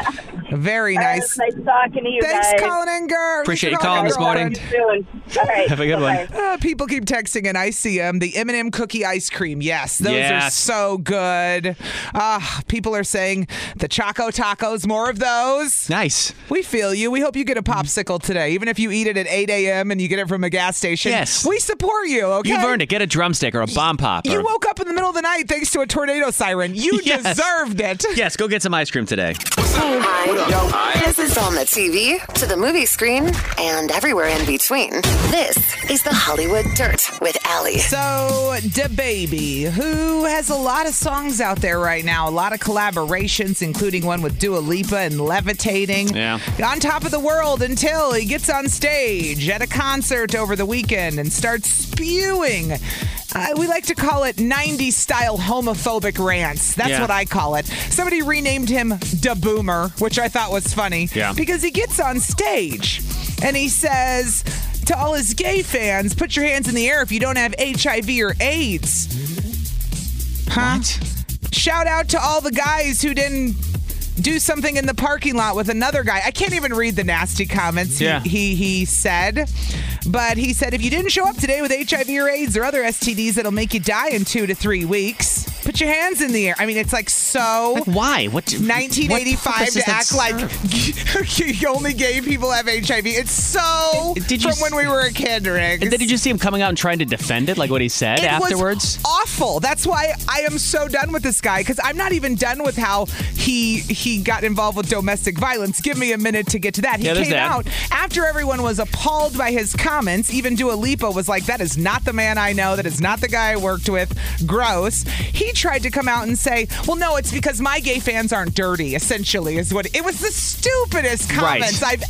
Very nice.
Nice talking to you
Thanks,
guys.
Colin Enger.
Appreciate you calling this morning.
All right.
Have a good one.
Uh, people keep texting, and I see them. The M&M cookie ice cream, yes, those are
Yes.
so good. Ah, people are saying the Choco Tacos, more of those.
Nice.
We feel you. We hope you get a popsicle today, even if you eat it at 8 a.m. and you get it from a gas station.
Yes.
we support you. Okay,
You've earned it. Get a drumstick or a bomb pop.
You
or-
woke up in the middle of the night thanks to a tornado siren. You
Yes.
deserved it.
Yes, go get some ice cream today.
Hi. This is on the TV, to the movie screen, and everywhere in between. This is the Hollywood Dirt with Allie.
So, DaBaby, who has a lot of songs out there right now, a lot of collaborations, including one with Dua Lipa and Levitating.
Yeah.
On top of the world until he gets on stage at a concert over the weekend and starts spewing. Uh, we like to call it 90s style homophobic rants. That's
Yeah.
what I call it. Somebody renamed him Da Boomer, which I thought was funny
Yeah.
because he gets on stage and he says to all his gay fans, put your hands in the air if you don't have HIV or AIDS. Huh? Shout out to all the guys who didn't do something in the parking lot with another guy. I can't even read the nasty comments he-
Yeah.
he, he said. But he said if you didn't show up today with HIV or AIDS or other STDs that'll make you die in two to three weeks, put your hands in the air. I mean, it's like so.
why? What?
1985
what purpose does
to
that
act like you only gay people have HIV. It's so
you
from when we were a kid, Rick.
And then did you see him coming out and trying to defend it, like what he said
It was
afterwards?
awful. That's why I am so done with this guy because I'm not even done with how he he got involved with domestic violence. Give me a minute to get to that. He
Yeah, there's
came
that.
out after everyone was appalled by his comments. Even Dua Lipa was like, "That is not the man I know. That is not the guy I worked with. Gross." He tried to come out and say, "Well, no, it's because my gay fans aren't dirty." Essentially, is what it was. The stupidest
Right.
comments. I've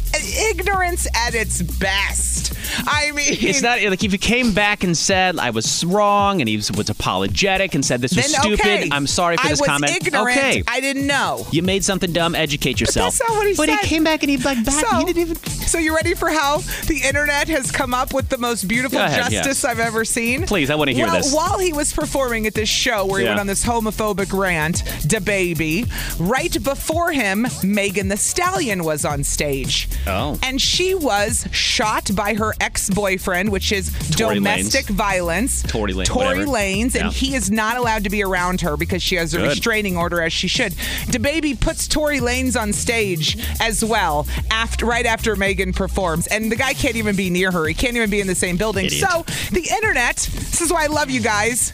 ignorance at its best. I mean,
It's not like if he came back and said I was wrong and he was, was apologetic and said this was
Then,
stupid.
okay.
I'm sorry for
I
this
was
comment.
ignorant.
Okay,
I didn't know.
You made something dumb. Educate yourself.
That's not what he
But
said.
he
came back and he like back.
So, didn't even. So you ready for how the internet has come up with the most beautiful
Go ahead, yeah.
justice I've ever seen?
Please, I wanna hear
well,
this.
While he was performing at this show, where he
Yeah.
went on this homophobic rant, da baby. Right before him, Megan the Stallion was on stage.
Oh.
And she was shot by her ex-boyfriend, which is
Tory
domestic violence.
Tory Lane.
Tory
whatever.
Lanes, and
Yeah.
he is not allowed to be around her because she has a
Good.
restraining order, as she should. DeBaby puts Tory Lanes on stage as well, after right after Megan performs, and the guy can't even be near her. He can't even be in the same building.
Idiot.
So the internet, this is why I love you guys.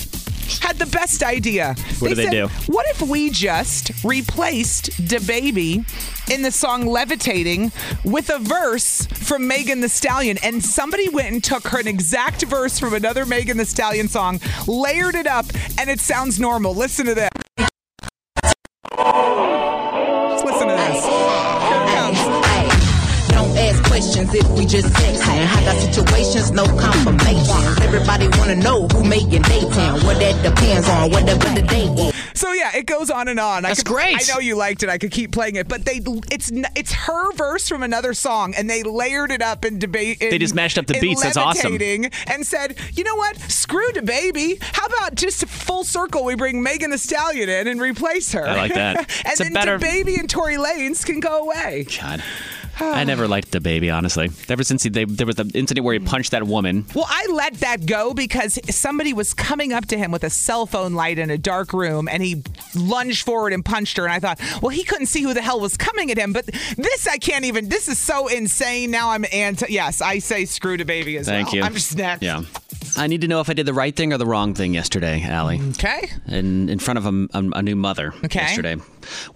Had the best idea.
What did they
said,
do?
What if we just replaced DeBaby in the song Levitating with a verse from Megan the Stallion? And somebody went and took her an exact verse from another Megan the Stallion song, layered it up, and it sounds normal. Listen to this. Just Listen to this. Here it comes.
Don't ask questions if we just text. And I got situations, no confirmations. Everybody wanna know who making dates and what that depends on, whatever the date is.
So yeah, it goes on and on. That's I could, great. I know you liked it. I could keep playing it, but they it's n- it's her verse from another song, and they layered it up and debate.
They just mashed up the beats. That's awesome.
And said, you know what? Screw the baby. How about just full circle? We bring Megan the Stallion in and replace her.
I like that.
and
It's a
then
better-
baby and Tory Lanes can go away.
God. I never liked the baby, honestly. Ever since he, they, there was the incident where he punched that woman.
Well, I let that go because somebody was coming up to him with a cell phone light in a dark room and he lunged forward and punched her. And I thought, well, he couldn't see who the hell was coming at him. But this, I can't even, this is so insane. Now I'm anti, yes, I say screw to baby as
Thank
well.
you.
I'm just next.
Yeah. I need to know if I did the right thing or the wrong thing yesterday, Allie.
Okay.
In, in front of a, a- a new mother
Okay.
yesterday.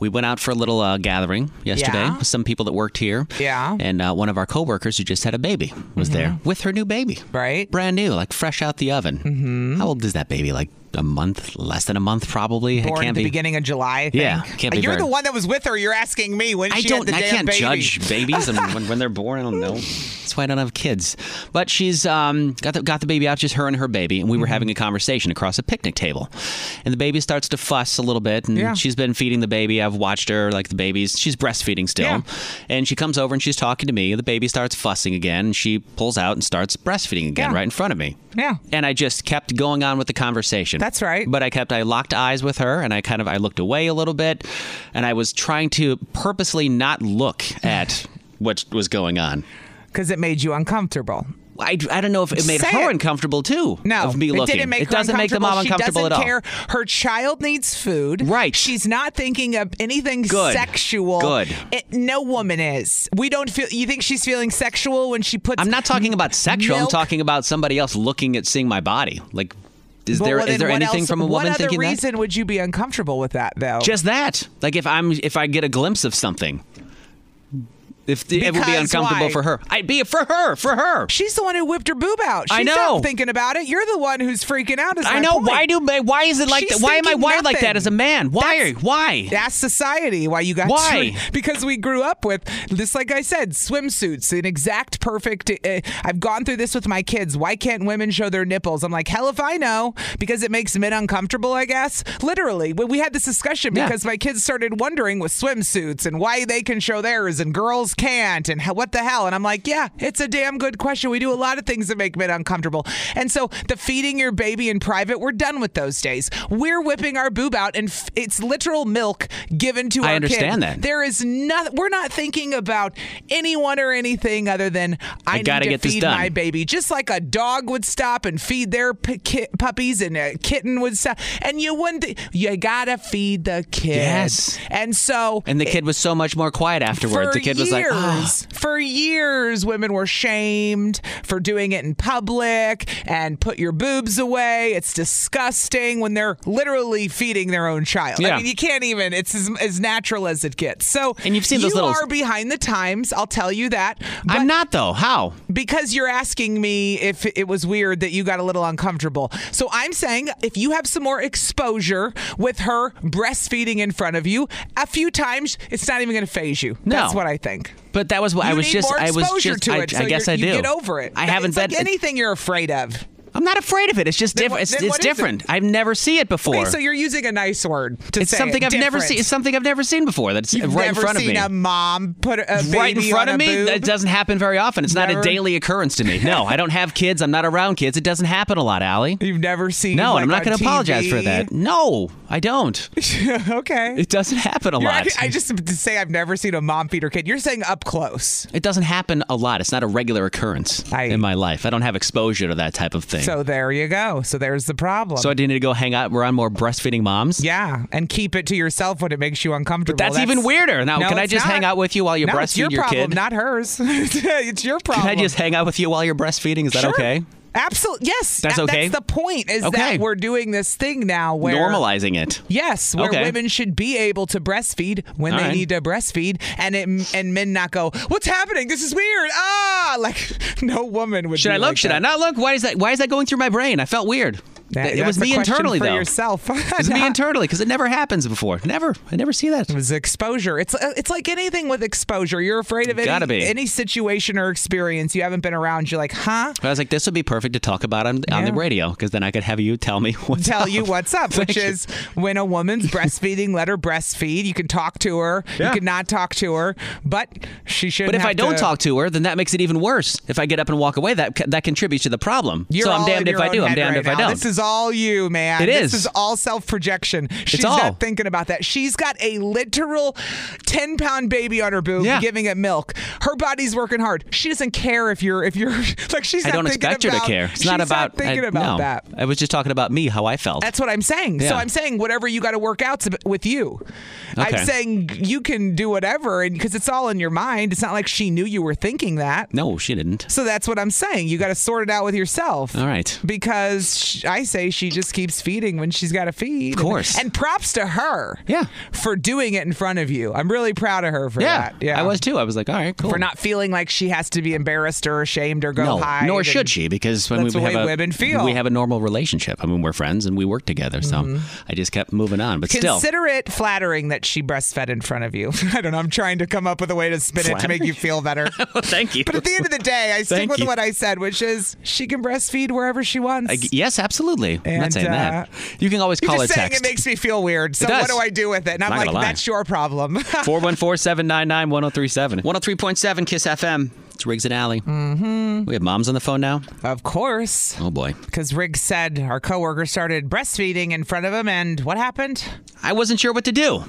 We went out for a little uh, gathering yesterday
Yeah.
with some people that worked here.
Yeah.
And uh, one of our coworkers who just had a baby was there with her new baby.
Mm-hmm. Right.
Brand new, like fresh out the oven. Mm-hmm. How old is that baby? Like a month, less than a month probably. It
Born
can't
at the
be.
beginning of July. I think.
Yeah, can't be
You're
very-
the one that was with her. You're asking me when
I
she
don't.
had the
I
damn
can't
baby.
judge babies and when, when they're born. I don't know. That's why I don't have kids. But she's um, got the, got the baby out, just her and her baby, and we were having a conversation across a picnic table, and the baby starts to fuss a little bit, and
Yeah.
she's been feeding the baby. I've watched her like the baby's. She's breastfeeding still, and she comes over and she's talking to me. The baby starts fussing again, and she pulls out and starts breastfeeding again right in front of me.
Yeah.
And I just kept going on with the conversation. That's
right.
But I kept I locked eyes with her and I kind of I looked away a little bit and I was trying to purposely not look at what was going on.
Because it made you uncomfortable.
I, I don't know if it made
Say
her
it.
uncomfortable too.
No,
of me
it
looking.
didn't make
it
her
doesn't make the mom uncomfortable
she
at
doesn't
all.
Care. Her child needs food. Right. She's not thinking of anything
Good.
sexual.
Good.
It- no woman is. We don't feel. You think she's feeling sexual when she puts?
I'm not talking about sexual. I'm
milk-
talking about somebody else looking at seeing my body. Like, is
Well,
there
well,
is
then
there
what
anything
else-
from a woman
What other
thinking that?
reason would you be uncomfortable with that though?
Just that. Like if I'm if I get a glimpse of something. If the, it would be
Because
uncomfortable
why?
for her. I'd be for her, for her.
She's the one who whipped her boob out. She's
I
not
know.
thinking about it. You're the one who's freaking out. Is
I
my
know.
point.
Why do ba- why is it like
She's
that? Why am I
thinking
wired like that
nothing.
as a man? Why? why?
That's society. Why you got
Why?
screwed. because we grew up with this. Like I said, swimsuits, an exact perfect. Uh, I've gone through this with my kids. Why can't women show their nipples? I'm like, hell if I know, because it makes men uncomfortable. I guess literally. When we had this discussion,
Yeah.
because my kids started wondering with swimsuits and why they can show theirs and girls just can't and how- what the hell? And I'm like, yeah, it's a damn good question. We do a lot of things that make men uncomfortable. And so the feeding your baby in private, we're done with those days. We're whipping our boob out and f- it's literal milk given to
I
our
understand
kid.
that.
There is nothing. We're not thinking about anyone or anything other than I,
I gotta
need to
get
feed
this done.
my baby. Just like a dog would stop and feed their p- ki- puppies, and a kitten would stop, and you wouldn't. you gotta feed the kid.
Yes.
And so
And the kid was so much more quiet afterward.
Eh, for
the kid
years,
was like, "Ah."
for years, women were shamed for doing it in public and put your boobs away. It's disgusting when they're literally feeding their own child. I
Yeah.
mean, you can't even. It's as, as natural as it gets. So, and you've
seen those little-
are behind the times. I'll tell you that.
I'm not though. How?
Because you're asking me if it was weird that you got a little uncomfortable. So I'm saying if you have some more exposure with her breastfeeding in front of you a few times, it's not even going to phase you.
No.
That's what I think.
But that was what
You
I was
need
just.
more
I was
exposure
just.
to
I,
it, so
I guess I
you're-
do.
you get over it.
I
That-
haven't
it's like
been-
anything you're afraid of.
I'm not afraid of it. It's just different. It's,
then
it's
what is it?
different. I've never seen it before.
Okay, so you're using a nice word to
it's
say
something
it,
I've never
different.
seen. It's something I've never seen before. That's
You've
right in
never
front of
seen
me.
a mom put a baby
right in front of
on a
me.
boob.
That doesn't happen very often. It's not
Never?
a daily occurrence to me. No, I don't have kids. I'm not around kids. It doesn't happen a lot, Allie.
You've never seen.
No, and I'm not
like,
going
on
to apologize for
TV?
that. No, I don't.
okay.
It doesn't happen a
You're
lot.
acting- I just to say I've never seen a mom feed her kid. You're saying up close.
It doesn't happen a lot. It's not a regular occurrence in my life. I don't have exposure to that type of thing.
So there you go. So there's the problem.
So I do need to go hang out around more breastfeeding moms.
yeah, and keep it to yourself when it makes you uncomfortable.
That's, even weirder. Now,
No,
can I
it's
just hang
not.
out with you while you
No,
breastfeed
it's your,
your
problem,
kid?
not hers. it's your problem.
Can I just hang out with you while you're breastfeeding? Is that
Sure.
okay?
Absolutely. Yes.
That's
a-
okay?
That's the point is
Okay.
that we're doing this thing now where
Normalizing it.
Yes, where
Okay.
women should be able to breastfeed when
All
they
right.
need to breastfeed, and it, and men not go, "What's happening? This is weird." Ah, like no woman would.
Should
be
I look?
like
Should
that.
I not look? Why is that? Why is that going through my brain? I felt weird.
That-
it was
that's a
me
question
internally
for
though.
yourself.
it was me internally because it never happens before. Never. I never see that. It
was exposure. It's uh, it's like anything with exposure. You're afraid of
Gotta
any
be.
any situation or experience you haven't been around. You're like, huh?
But I was like, this would be perfect to talk about on, on the
Yeah.
radio because then I could have you tell me what's
tell
up.
you what's up,
Thank
which
you.
is when a woman's breastfeeding, let her breastfeed. You can talk to her.
Yeah.
You can not talk to her, but she should.
But if I don't talk to her, then that makes it even worse. If I get up and walk away, that that contributes to the problem.
You're
so I'm
all
damned
in
if
your
I
own
do. I'm
head
damned
right
if I
now.
don't.
This is all you, man.
It
This
is.
is all self projection. She's
all.
not thinking about that. She's got a literal 10 pound baby on her boob
Yeah.
giving it milk. Her body's working hard. She doesn't care if you're, if you're, like, she's
I
not
don't
thinking
expect
about,
her to care. It's not
she's
about
thinking
I, no.
about that.
I was just talking about me, how I felt.
That's what I'm saying. So
Yeah.
I'm saying whatever you got to work out's ab- with you.
Okay.
I'm saying you can do whatever, and because it's all in your mind. It's not like she knew you were thinking that.
no, she didn't.
So that's what I'm saying. You got to sort it out with yourself.
All right.
Because sh I say she just keeps feeding when she's got to feed. Of
course.
And, props to her.
Yeah.
For doing it in front of you. I'm really proud of her for
Yeah,
that. Yeah.
I was too. I was like, all right, cool.
For not feeling like she has to be embarrassed or ashamed or go
no,
hide.
nor
and-
should she, because when
That's
we
the
have
way
a,
women feel.
we have a normal relationship. I mean, we're friends and we work together. So
Mhm.
I just kept moving on, but still,
Consider it flattering that she breastfed in front of you. I don't know. I'm trying to come up with a way to spin it to make
Flattering?
you feel better.
thank you.
But at the end of the day, I stick
Thank
with
you.
what I said, which is she can breastfeed wherever she wants.
I g- yes, absolutely. I'm not
And,
saying
uh,
that. You can always
You're
call or
just saying
text.
it makes me feel weird. So
It does.
what do I do with it? And I'm
Not
like,
gonna lie.
that's your problem.
414 799 1037. 103.7 Kiss FM. It's Riggs and Alley. Mm-hmm. We have moms on the phone now?
Of course.
Oh, boy.
Because Riggs said our coworker started breastfeeding in front of him, and what happened?
I wasn't sure what to do.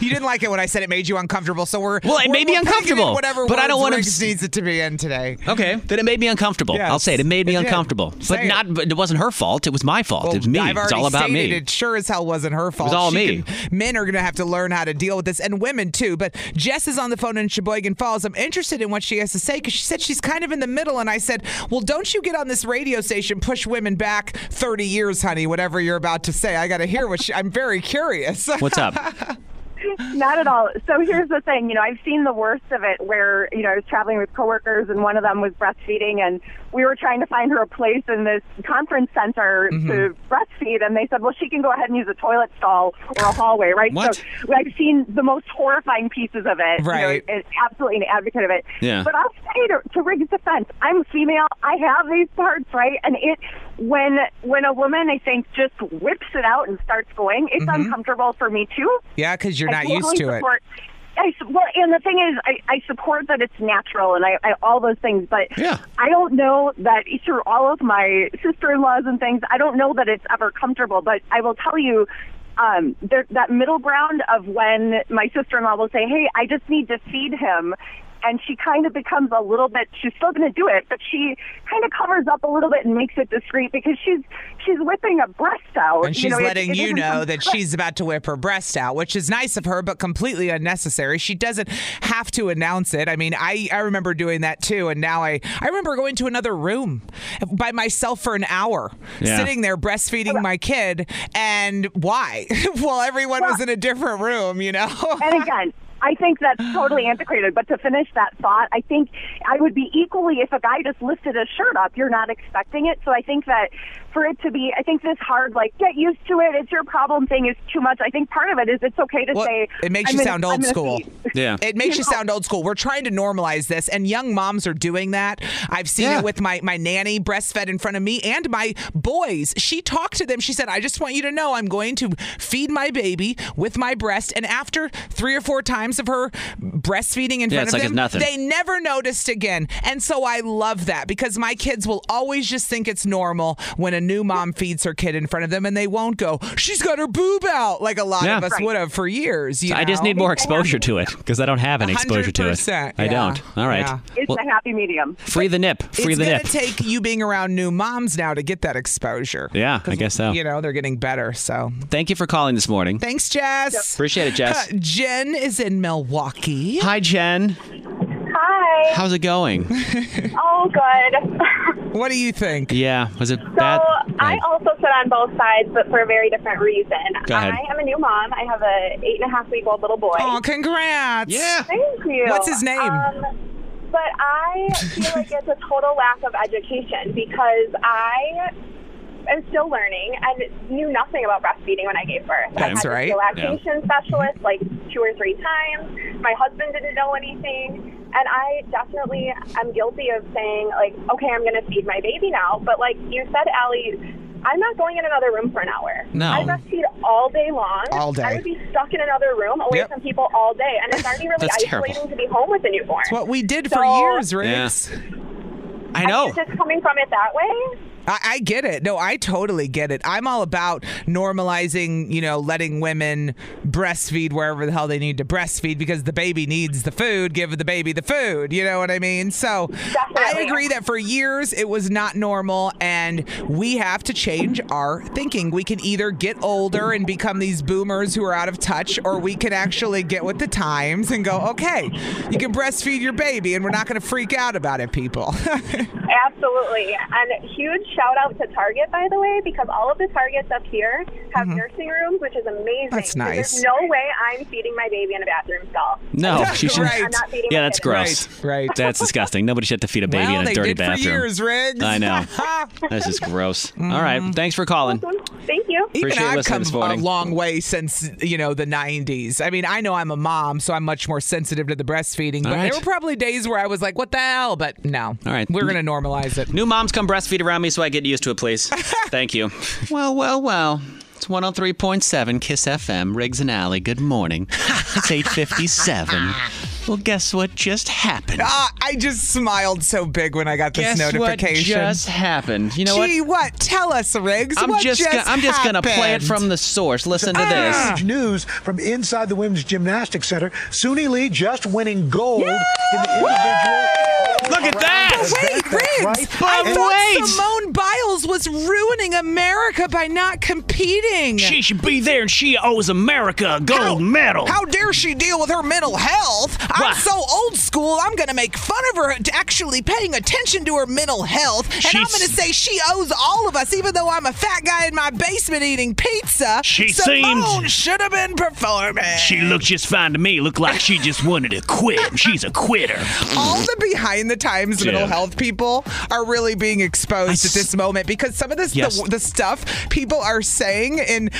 you didn't like it when I said it made you uncomfortable, so we're
Well, it
we're-
made me
we're putting in
uncomfortable,
Whatever
but I don't
words
wanna
Riggs
s-
needs it to be in today.
Okay. Then it made me uncomfortable. I'll say it. It made me
it did.
uncomfortable.
Say
But
it.
not. But it wasn't her fault. It was my fault. it was me.
I've
It's
already
all about
stated
me.
It sure as hell wasn't her fault.
all
She
me.
can- men are going to have to learn how to deal with this, and women too. But Jess is on the phone in Sheboygan Falls. I'm interested in what she has to say because she said she's kind of in the middle. And I said, "Well, don't you get on this radio station, push women back 30 years, honey? Whatever you're about to say, I got to hear what she." I'm very curious.
What's up?
Not at all. So here's the thing, you know, I've seen the worst of it where, you know, I was traveling with coworkers and one of them was breastfeeding and we were trying to find her a place in this conference center
Mm-hmm.
to breastfeed and they said, Well she can go ahead and use a toilet stall or a hallway, right?
What?
So I've seen the most horrifying pieces of it. you know,
Right.
and absolutely an advocate of it.
Yeah.
But I'll say to, to Riggs' defense, I'm female, I have these parts, right? And it when when a woman I think just
Mm-hmm.
whips it out and starts going, it's uncomfortable for me too.
Yeah, because you're
I
not used
totally
to it.
support- I su- well, and the thing is, I, I support that it's natural and I, I all those things, but I don't know that through all of my sister-in-laws and things, I don't know that it's ever comfortable. But I will tell you, um, there, that middle ground of when my sister-in-law will say, "Hey, I just need to feed him." And she kind of becomes a little bit. She's still going to do it, but she kind of covers up a little bit and makes it discreet because she's she's whipping a breast out.
And she's
you know, it-
letting
it
you
isn't
know
some-
that she's about to whip her breast out, which is nice of her, but completely unnecessary. She doesn't have to announce it. I mean, I, I remember doing that too. And now I, I remember going to another room by myself for an hour,
Yeah.
sitting there breastfeeding my kid. And why? well, everyone was in a different room, you know?
and again, I think that's totally antiquated. But to finish that thought, I think I would be equally if a guy just lifted his shirt up, you're not expecting it. So I think that for it to be, I think this hard like get used to it. It's your problem thing is too much. I think part of it is it's okay to
Well,
say
it makes
I'm
you
gonna-
sound
I'm
old
gonna
school.
feed.
Yeah.
It makes you sound old school. We're trying to normalize this, and young moms are doing that. I've seen it with my, my nanny breastfed in front of me and my boys. She talked to them. She said, I just want you to know I'm going to feed my baby with my breast. And after three or four times of her breastfeeding in
Yeah, it's
front of
like it's
them,
nothing.
they never noticed again. And so I love that because my kids will always just think it's normal when a new mom feeds her kid in front of them and they won't go, She's got her boob out like a lot
Yeah.
of us
Right.
would have for years. You
So I just need more exposure to it because I don't have any exposure to it.
100%,
I
yeah.
don't. All right.
Yeah.
It's
Well,
a happy medium.
free the nip. Free
it's
the
gonna
nip.
take you being around new moms now to get that exposure.
yeah, I guess so.
You know, they're getting better. So
Thank you for calling this morning.
thanks, Jess.
Appreciate it, Jess.
Uh, Jen is in Milwaukee.
Hi, Jen.
Hi.
How's it going?
Oh, good.
What do you think?
Yeah. Was it
So
bad?
I also sit on both sides, but for a very different reason.
Go ahead.
I am a new mom. I have a eight and a half week old little boy.
Oh, congrats! Yeah.
Thank you.
What's his name?
Um, but I feel like it's a total lack of education because I am still learning and knew nothing about breastfeeding when I gave birth. I had
That's
to see
right.
A lactation specialist like two or three times. My husband didn't know anything. And I definitely am guilty of saying, like, okay, I'm going to feed my baby now. But like you said, Allie, I'm not going in another room for an hour.
No.
I breastfeed all day long.
All day.
I would be stuck in another room away
Yep.
from people all day. And it's already really
That's terrible.
isolating to be home with a newborn.
It's what we did
So,
for years, Riggs. I know.
guess it's coming from it that way.
I, I get it. No, I totally get it. I'm all about normalizing, you know, letting women breastfeed wherever the hell they need to breastfeed because the baby needs the food. Give the baby the food. You know what I mean? So I agree that for years it was not normal, and we have to change our thinking. We can either get older and become these boomers who are out of touch, or we can actually get with the times and go, okay, you can breastfeed your baby, and we're not going to freak out about it, people.
Absolutely. And huge shout out to Target, by the way, because all of the Targets up here have nursing rooms, which is amazing.
Mm-hmm. That's
So
nice.
There's no way I'm feeding my baby in a bathroom stall.
No,
I'm
she should.
I'm not feeding
Yeah,
my
that's
kid in a
gross.
Right,
That's disgusting. Nobody should have to feed a baby
Well,
in a
they
dirty
did for
bathroom.
years, Riggs.
I know. this is gross. All right.
Mm.
Thanks for calling.
bathroom. Thank you.
Even
Appreciate
I've
listening
come
this
a
morning.
long way since you know the '90s. I mean, I know I'm a mom, so I'm much more sensitive to the breastfeeding. But
All right.
there were probably days where I was like, "What the hell?" But no,
All right.
we're gonna normalize it.
New moms come breastfeed around me so I get used to it, please. Thank you. Well, well, well. It's 103.7 Kiss FM, Riggs and Alley. Good morning. It's 8.57. Well, guess what just happened?
Ah, I just smiled so big when I got this
Guess what
notification.
just happened? You know what?
Gee, what? Tell us, Riggs.
I'm
what
just,
just
gonna, I'm just gonna play it
happened? Ah!
from the source. Listen to this.
Huge news from inside the Women's Gymnastics Center. Suni Lee just winning gold in the individual.
Look at that!
Wait, Riggs! I
And-
thought Simone Biles was ruining America by not competing.
She should be there, and she owes America a gold medal.
How dare she deal with her mental health?
Why?
I'm so old school, I'm going to make fun of her to actually paying attention to her mental health. And I'm
She's-
going to say she owes all of us, even though I'm a fat guy in my basement eating pizza.
She
Simone
seemed-
should have been performing.
She looked just fine to me. Looked like she just wanted to quit. She's a quitter.
all the behind the times mental
Yeah.
health people are really being exposed at this moment because some of this
Yes.
the, the stuff people are saying in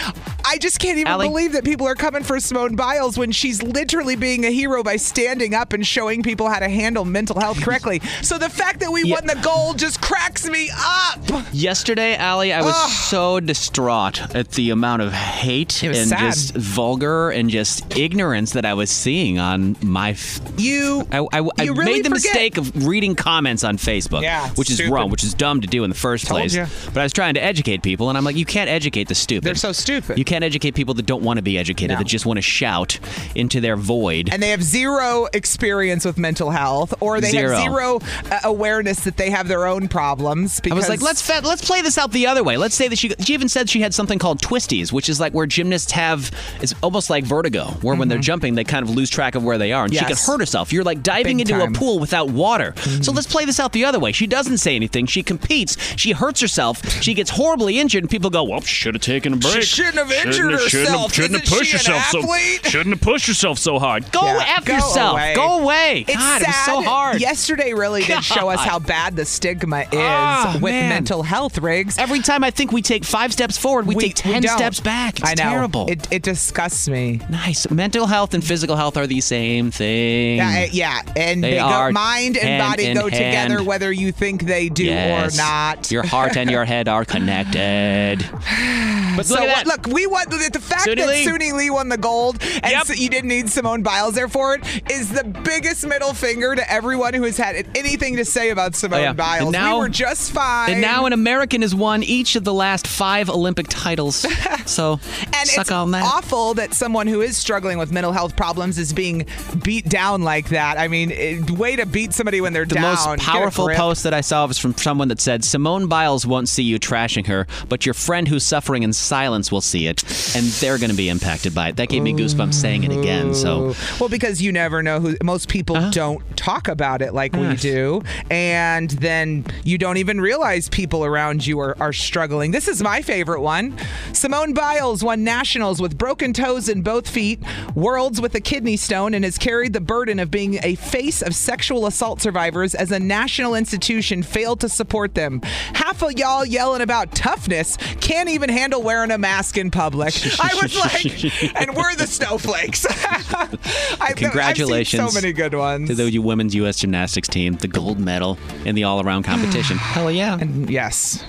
I just can't even
Allie?
believe that people are coming for Simone Biles when she's literally being a hero by standing up and showing people how to handle mental health correctly. so the fact that we
Yeah.
won the gold just cracks me up.
Yesterday, Allie, I
Ah.
was so distraught at the amount of hate
was
and
sad.
just vulgar and just ignorance that I was seeing on my. F-
you.
I, I, I
you really
made the
forget.
mistake of reading comments on Facebook,
Yeah,
which is
stupid.
wrong, which is dumb to do in the first
Told
place.
ya.
But I was trying to educate people, and I'm like, you can't educate the stupid. They're so
stupid.
You can't educate people that don't want to be educated,
No.
that just want to shout into their void.
And they have zero experience with mental health, or they
Zero.
have zero uh, awareness that they have their own problems.
I
Because
was like, let's fa- let's play this out the other way. Let's say that she she even said she had something called twisties, which is like where gymnasts have it's almost like vertigo, where when they're jumping they kind of lose track of where they are, and she could
Mm-hmm. Yes.
hurt herself. You're like diving
Big
into
time. Mm-hmm.
a pool without water. So let's play this out the other way. She doesn't say anything. She competes. She hurts herself. She gets horribly injured, and people go, "Well, should have taken a break.
shouldn't have injured
shouldn't
herself.
Have, shouldn't have
Isn't
pushed
she an
herself so. Shouldn't have pushed herself so hard. Go
Yeah.
f yourself. Go away.
It's
God,
sad.
it was so hard.
Yesterday really did show us
God.
how bad the stigma is
Ah,
with
man.
mental health rigs.
Every time I think we take five steps forward, we, take ten
don't.
steps back. It's
I know.
terrible.
It, it disgusts me.
Nice. Mental health and physical health are the same thing.
Yeah, uh, yeah, and
They
they go,
are
mind and
hand
body
in
go
hand.
together whether you think they do
Yes.
or not.
Your heart and your head are connected. But
so
look at
what-
that.
look, we won the, the fact
Suni
that
Lee.
Suni Lee won the gold, and so you didn't need Simone Biles there for it, is the biggest middle finger to everyone who has had anything to say about Simone
Oh, yeah. And
Biles.
now-
we were just fine.
And now an American has won each of the last five Olympic titles. So
And
suck
it's
on that.
awful that someone who is struggling with mental health problems is being beat down like that. I mean, it, way to beat somebody when they're
the
down.
most
Get a
powerful
grip.
post that I saw was from someone that said, Simone Biles won't see you trashing her, but your friend who's suffering in silence will see it, and they're going to be impacted by it. That gave me goosebumps saying it again. So
Well, because you never know who. Most people don't talk about it like we do, and then you don't even realize people around you are, are struggling. This is my favorite one. Simone Biles won nationals with broken toes in both feet, worlds with a kidney stone, and has carried the burden of being a face of sexual assault survivors as a national institution failed to support them. Half of y'all yelling about toughness can't even handle wearing a mask in public. I was like, and we're the snowflakes. I,
Congratulations.
I've seen so many good ones.
To the U- women's U.S. gymnastics team, the gold medal in the all around competition. Hell yeah.
And yes.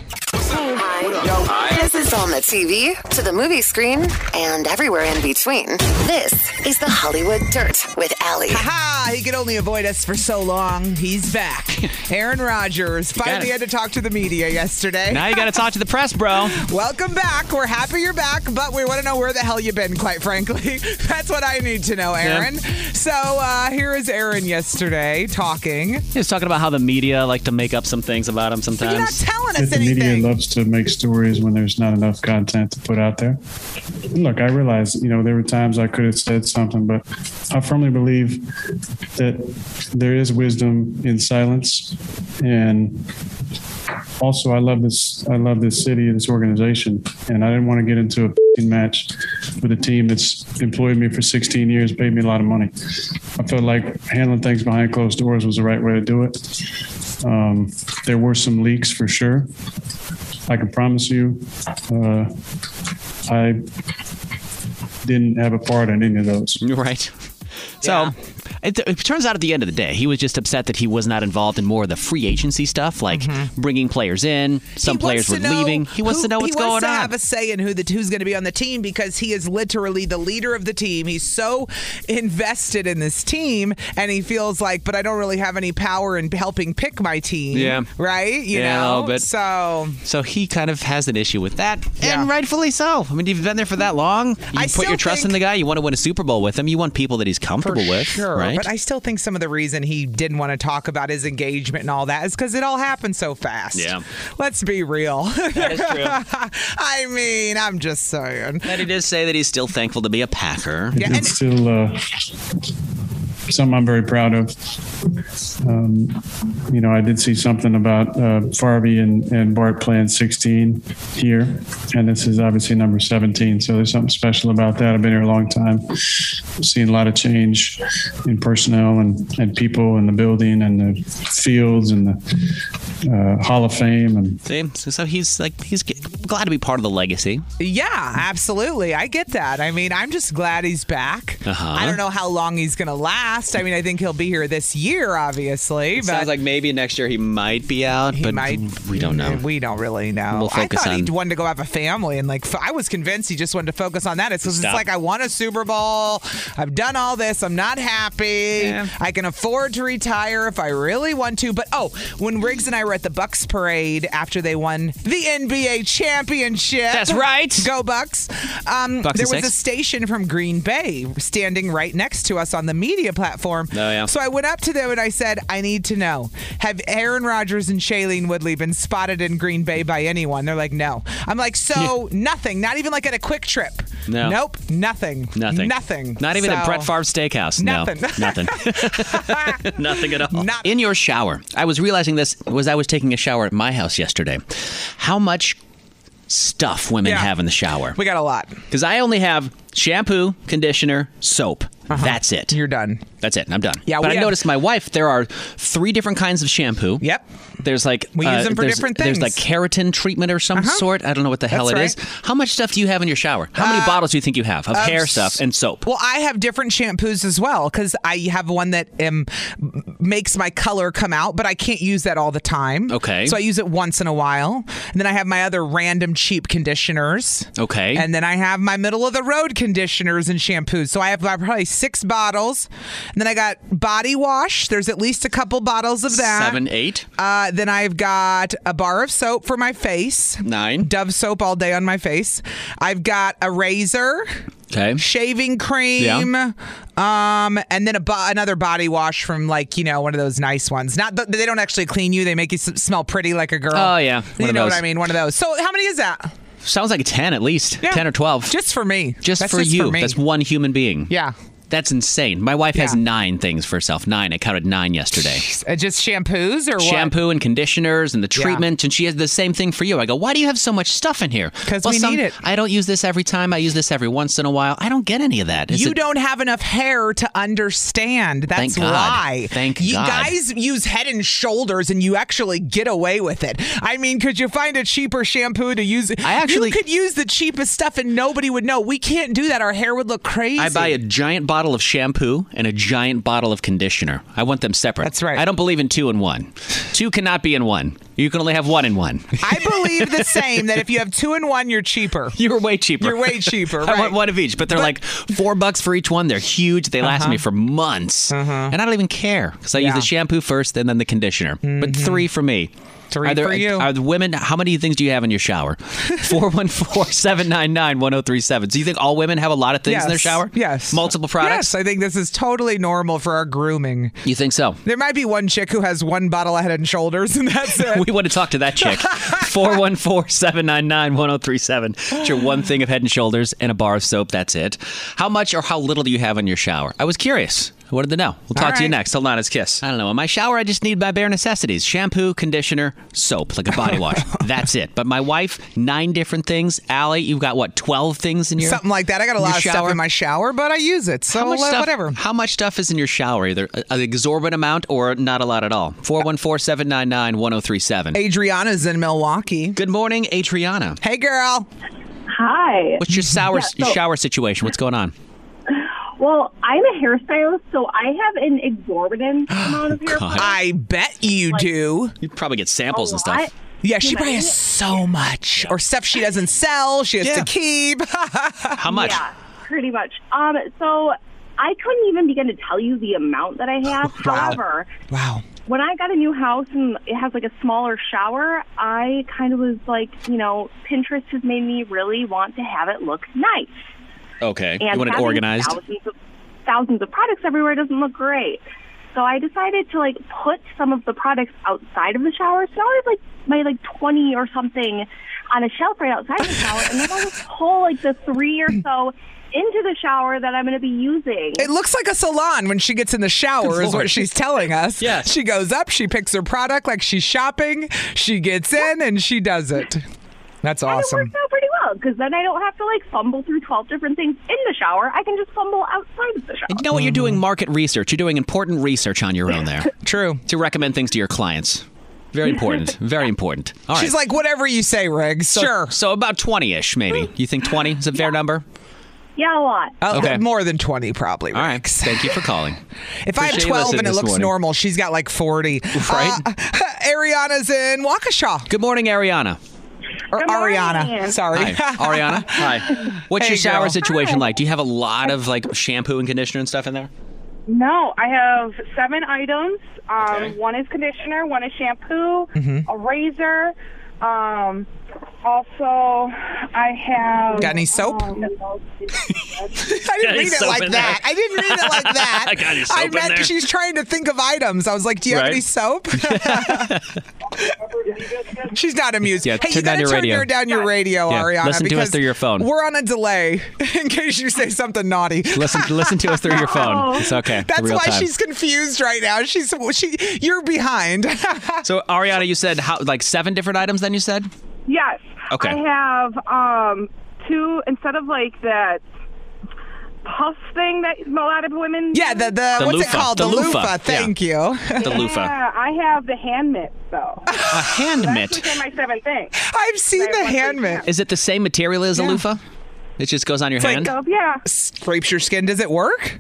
This is on the TV, to the movie screen, and everywhere in between. This is the Hollywood Dirt with Allie.
Ha! Ah, He could only avoid us for so long. He's back. Aaron Rodgers
got
finally
it.
had to talk to the media yesterday.
Now you got to talk to the press, bro.
Welcome back. We're happy you're back, but we want to know where the hell you been, quite frankly. That's what I need to know, Aaron. So uh, here is Aaron yesterday talking.
He was talking about how the media like to make up some things about him sometimes.
You're not telling
that
us
the media
anything.
loves to make stories when there's not enough content to put out there. Look, I realize, you know, there were times I could have said something, but I firmly believe that there is wisdom in silence. And also, I love this. I love this city, this organization, and I didn't want to get into a f***ing match with a team that's employed me for 16 years, paid me a lot of money. I felt like handling things behind closed doors was the right way to do it. Um, there were some leaks for sure. I can promise you, uh, I didn't have a part in any of those.
Right. So it, it turns out at the end of the day, he was just upset that he was not involved in more of the free agency stuff, like bringing players in. Some players were
Mm-hmm. wants to know
leaving. He wants
who-
to know what's
he
going
wants to
on.
Have a say in who the who's going to be on the team because he is literally the leader of the team. He's so invested in this team, and he feels like, but I don't really have any power in helping pick my team.
Yeah.
right. You
Yeah, a
know,
little bit.
so
so he kind of has an issue with that, and rightfully so. I mean, you've been there for that long. You put your
still
trust in the guy. You want to win a Super Bowl with him. You want people that he's comfortable with,
sure.
right?
But I still think some of the reason he didn't want to talk about his engagement and all that is because it all happened so fast.
Yeah.
Let's be real. That
is true.
I mean, I'm just saying.
And he did say that he's still thankful to be a Packer.
It- it's still uh, something I'm very proud of. Um, you know, I did see something about uh, Farby and, and Bart playing 16 here, and this is obviously number 17. So there's something special about that. I've been here a long time, seen a lot of change in personnel and, and people in the building and the fields and the uh, Hall of Fame and
See, so, so he's like he's g- glad to be part of the legacy.
Yeah, absolutely. I get that. I mean, I'm just glad he's back.
Uh-huh.
I don't know how long he's going to last. I mean, I think he'll be here this year, obviously.
It
but
sounds like maybe next year he might be out, but we don't know.
We don't really know.
We'll
I
focus
thought
on.
he wanted to go have a family, and like f- I was convinced he just wanted to focus on that. It's 'cause it's
Stop.
like I won a Super Bowl, I've done all this, I'm not happy, I can afford to retire if I really want to. But oh, when Riggs and I were at the Bucks parade after they won the NBA championship,
That's right.
go Bucks. Um,
Bucks
there
and
was a
six.
station from Green Bay standing right next to us on the media platform.
Oh, yeah.
So I went up to them and I said, I need to know, have Aaron Rodgers and Shailene Woodley been spotted in Green Bay by anyone? They're like, no. I'm like, so nothing, not even like at a quick trip.
No.
Nope, nothing.
Nothing.
Nothing.
Not even
So-
at Brett Favre Steakhouse.
Nothing.
No. Nothing. nothing at all. In your shower. I was realizing this was I was taking a shower at my house yesterday. How much stuff women
Yeah.
have in the shower.
We got a lot.
Because I only have shampoo, conditioner, soap. That's it.
Uh-huh. You're done.
That's it. I'm done.
Yeah,
but
we
I
have-
noticed my wife. There are three different kinds of shampoo.
Yep.
There's like uh,
We use them for
there's-
different Uh-huh.
There's like keratin treatment or some sort. I don't know what the hell
That's Uh,
it is. How much stuff do you have in your shower? How many bottles do you think you have of
of
hair
s-
stuff and soap?
Well, I have different shampoos as well because I have one that um, makes my color come out, but I can't use that all the time.
Okay.
So I use it once in a while. And then I have my other random cheap conditioners.
Okay.
And then I have my middle of the road conditioners and shampoos. So I have about probably six bottles. And then I got body wash. There's at least a couple bottles of that.
Seven, eight.
Uh, then I've got a bar of soap for my face.
Nine.
Dove soap all day on my face. I've got a razor.
Okay.
Shaving cream. Um, and then a bo- another body wash from like you know one of those nice ones. Not th- they don't actually clean you. They make you s- smell pretty like a girl.
Oh, yeah. One
you
of
know
those.
what I mean. One of those. So how many is that?
Sounds like ten at least.
Yeah.
Ten or twelve.
Just for me.
Just
That's
for
just
you.
for me.
That's one human being.
Yeah.
That's insane. My wife has
Yeah.
nine things for herself. Nine. I counted nine yesterday.
Uh, just shampoos or what?
shampoo and conditioners and the treatment, and she has the same thing for you. I go, why do you have so much stuff in here? Because
we need it.
I don't use this every time. I use this every once in a while. I don't get any of that. Is
you
it-
don't have enough hair to understand. That's
Thank God.
why.
Thank
you
God.
guys use head and shoulders and you actually get away with it. I mean, could you find a cheaper shampoo to use? I
actually-
you could use the cheapest stuff and nobody would know. We can't do that. Our hair would look crazy.
I buy a giant bottle of shampoo and a giant bottle of conditioner. I want them separate. That's right. I don't believe in two in one. Two cannot be in one. You can only have one in one.
I believe the same that if you have two in one, you're cheaper.
You're way cheaper.
You're way cheaper.
I
Right?
want one of each, but they're like four bucks for each one. They're huge. They last
Uh-huh.
me for months, and I don't even care because I use
Yeah. Mm-hmm.
the shampoo first and then the conditioner. But three for me.
Three
are there,
for you.
Are the women? How many things do you have in your shower? 414-799-1037. Do you think all women have a lot of things in their
Yes.
shower?
Yes.
Multiple products.
Yes, I think this is totally normal for our grooming.
You think so?
There might be one chick who has one bottle of head and shoulders, and that's it.
We want to talk to that chick. 414-799-1037. It's your one thing of head and shoulders and a bar of soap. That's it. How much or how little do you have in your shower? I was curious. I wanted to know. We'll talk
All
to you
right.
next. Hold on, it's Kiss. I don't know. In my shower, I just need my bare necessities. Shampoo, conditioner, soap, like a body wash. That's it. But my wife, nine different things. Allie, you've got, what, 12 things in your
Something like that. I got a
in your
lot of stuff
shower?
in my shower, but I use it. So
How much
uh,
stuff,
whatever.
How much stuff is in your shower? Either a- an exorbitant amount or not a lot at all. 414-799-1037.
Adriana's in Milwaukee.
Good morning, Adriana.
Hey, girl.
Hi.
What's your sour
Yeah, so-
shower situation? What's going on?
Well, I'm a hairstylist, so I have an exorbitant amount of hair.
God.
I bet you do.
You probably get samples and
lot.
stuff.
Yeah, she
You
probably
know,
has so much or stuff she doesn't sell. She has
Yeah.
to keep.
How much?
Yeah, pretty much. Um, so I couldn't even begin to tell you the amount that I have.
Wow.
However,
wow.
when I got a new house and it has like a smaller shower, I kind of was like, you know, Pinterest has made me really want to have it look nice.
Okay.
And
you want it
having
organized?
Thousands of, thousands of products everywhere doesn't look great. So I decided to like put some of the products outside of the shower. So now I have like my like twenty or something on a shelf right outside the shower, and then I'll just pull like the three or so into the shower that I'm going to be using.
It looks like a salon when she gets in the shower, is what
Lord.
she's telling us. Yeah. She goes up, she picks her product like she's shopping, she gets in, and she does it. That's
It
awesome.
works out pretty well because then I don't have to like fumble through twelve different things in the shower. I can just fumble outside of the shower.
And you know what? You're doing market research. You're doing important research on your own there.
True.
To recommend things to your clients. Very important. Very important. All right.
She's like, whatever you say, Riggs.
So-
sure.
So about 20 ish, maybe. You think 20 is a fair number?
Yeah, a lot.
Uh,
Okay.
More than 20, probably.
All right. Thank you for calling.
If I have
Appreciate you
12
listening
and it
this
looks
morning.
normal, she's got like 40.
Right?
Uh, Ariana's in Waukesha.
Good morning, Ariana.
Or Ariana.
morning.
Sorry.
Hi. Ariana. Hi. What's
Hey,
your shower
girl.
situation like? Do you have a lot of like shampoo and conditioner and stuff in there?
No, I have seven items. Um, One is conditioner, one is shampoo,
Mhm.
a razor. Um, also, I have.
Got any soap?
um,
I didn't read it like that. I didn't read it like that.
I got any soap
I
in
meant
there?
she's trying to think of items. I was like, do you have
Right.
any soap? she's not amused.
Yeah,
hey, you
turn down
gotta
your
turn
radio.
your- down your radio,
Yeah,
Ariana.
listen to us
because
through your phone.
We're on a delay in case you say something naughty.
Listen, listen to us through your phone. It's okay. It's
That's
real
why
time.
she's confused right now. She's she. You're behind. Uh,
So Ariana, you said how like seven different items? Then you said.
Yes.
Okay.
I have um, two instead of like that puff thing that a lot of women.
Yeah, the, the,
The
what's it
loofah.
called?
The loofah. Yeah.
Thank you.
The loofah.
Yeah, I have the hand mitts though.
A hand mitt.
Those are my seven things.
I've seen the hand mitt.
Is it the same material as a
Yeah.
loofah? It just goes on your hand.
yeah.
Scrapes your skin. Does it work?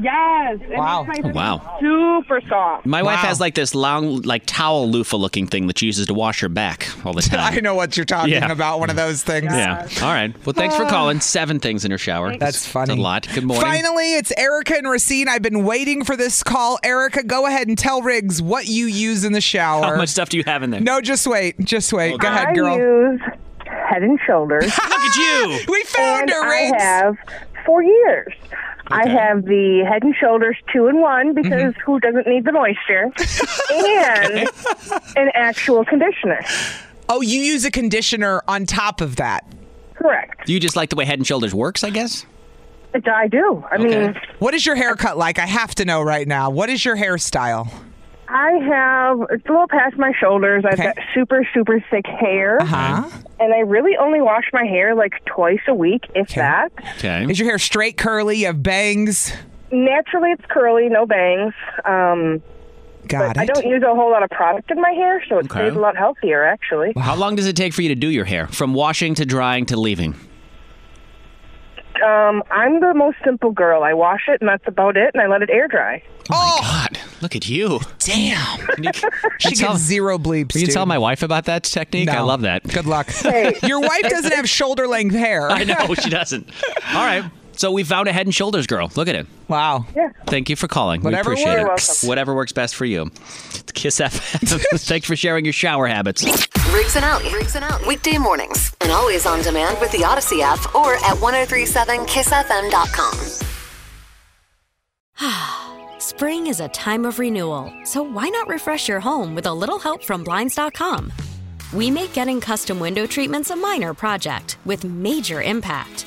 Yes. and
Wow.
my-
Oh, Wow.
Super soft.
My wife has like this long, like towel loofah looking thing that she uses to wash her back all the time.
I know what you're talking
Yeah.
about. One of those things.
Yeah. All right. Well, thanks for
Ah.
calling. Seven things in her shower. That's funny. a lot. Good morning.
Finally, it's Erica and Racine. I've been waiting for this call. Erica, go ahead and tell Riggs what you use in the shower.
How much stuff do you have in there?
No, just wait. Just wait. Go
I
ahead, girl.
use Head and Shoulders.
Look at you.
We found
and
her,
I
Riggs.
have for years. I have the Head and Shoulders two in one
Mm-hmm.
because who doesn't need the moisture? and an actual conditioner.
Oh, you use a conditioner on top of that.
Correct.
Do you just like the way Head and Shoulders works? I guess.
I do. I mean,
What is your haircut like? I have to know right now. What is your hairstyle?
I have it's a little past my shoulders. I've got super super thick hair,
uh-huh.
and I really only wash my hair like twice a week, if that.
Okay.
Is your hair straight, curly? You have bangs?
Naturally, it's curly, no bangs. Um,
Got
but I
it.
don't use a whole lot of product in my hair, so it
Okay.
stays a lot healthier, actually.
How long does it take for you to do your hair, from washing to drying to leaving?
Um, I'm the most simple girl. I wash it, and that's about it, and I let it air dry.
God, look at you.
Damn.
She
gets zero bleeps.
Will you
dude.
tell my wife about that technique? I
No.
love that.
Good luck. Your wife doesn't have shoulder length hair.
I know she doesn't. All right. So we found a head and shoulders girl. Look at it.
Wow.
Yeah.
Thank you for calling.
Whatever
we appreciate
works.
it. Whatever works best for you. It's Kiss FM. Thanks for sharing your shower habits.
Riggs and Out. Riggs and Out. Weekday mornings. And always on demand with the Odyssey app or at 1037kissfm.com.
Spring is a time of renewal, so why not refresh your home with a little help from Blinds.com? We make getting custom window treatments a minor project with major impact.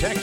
Protect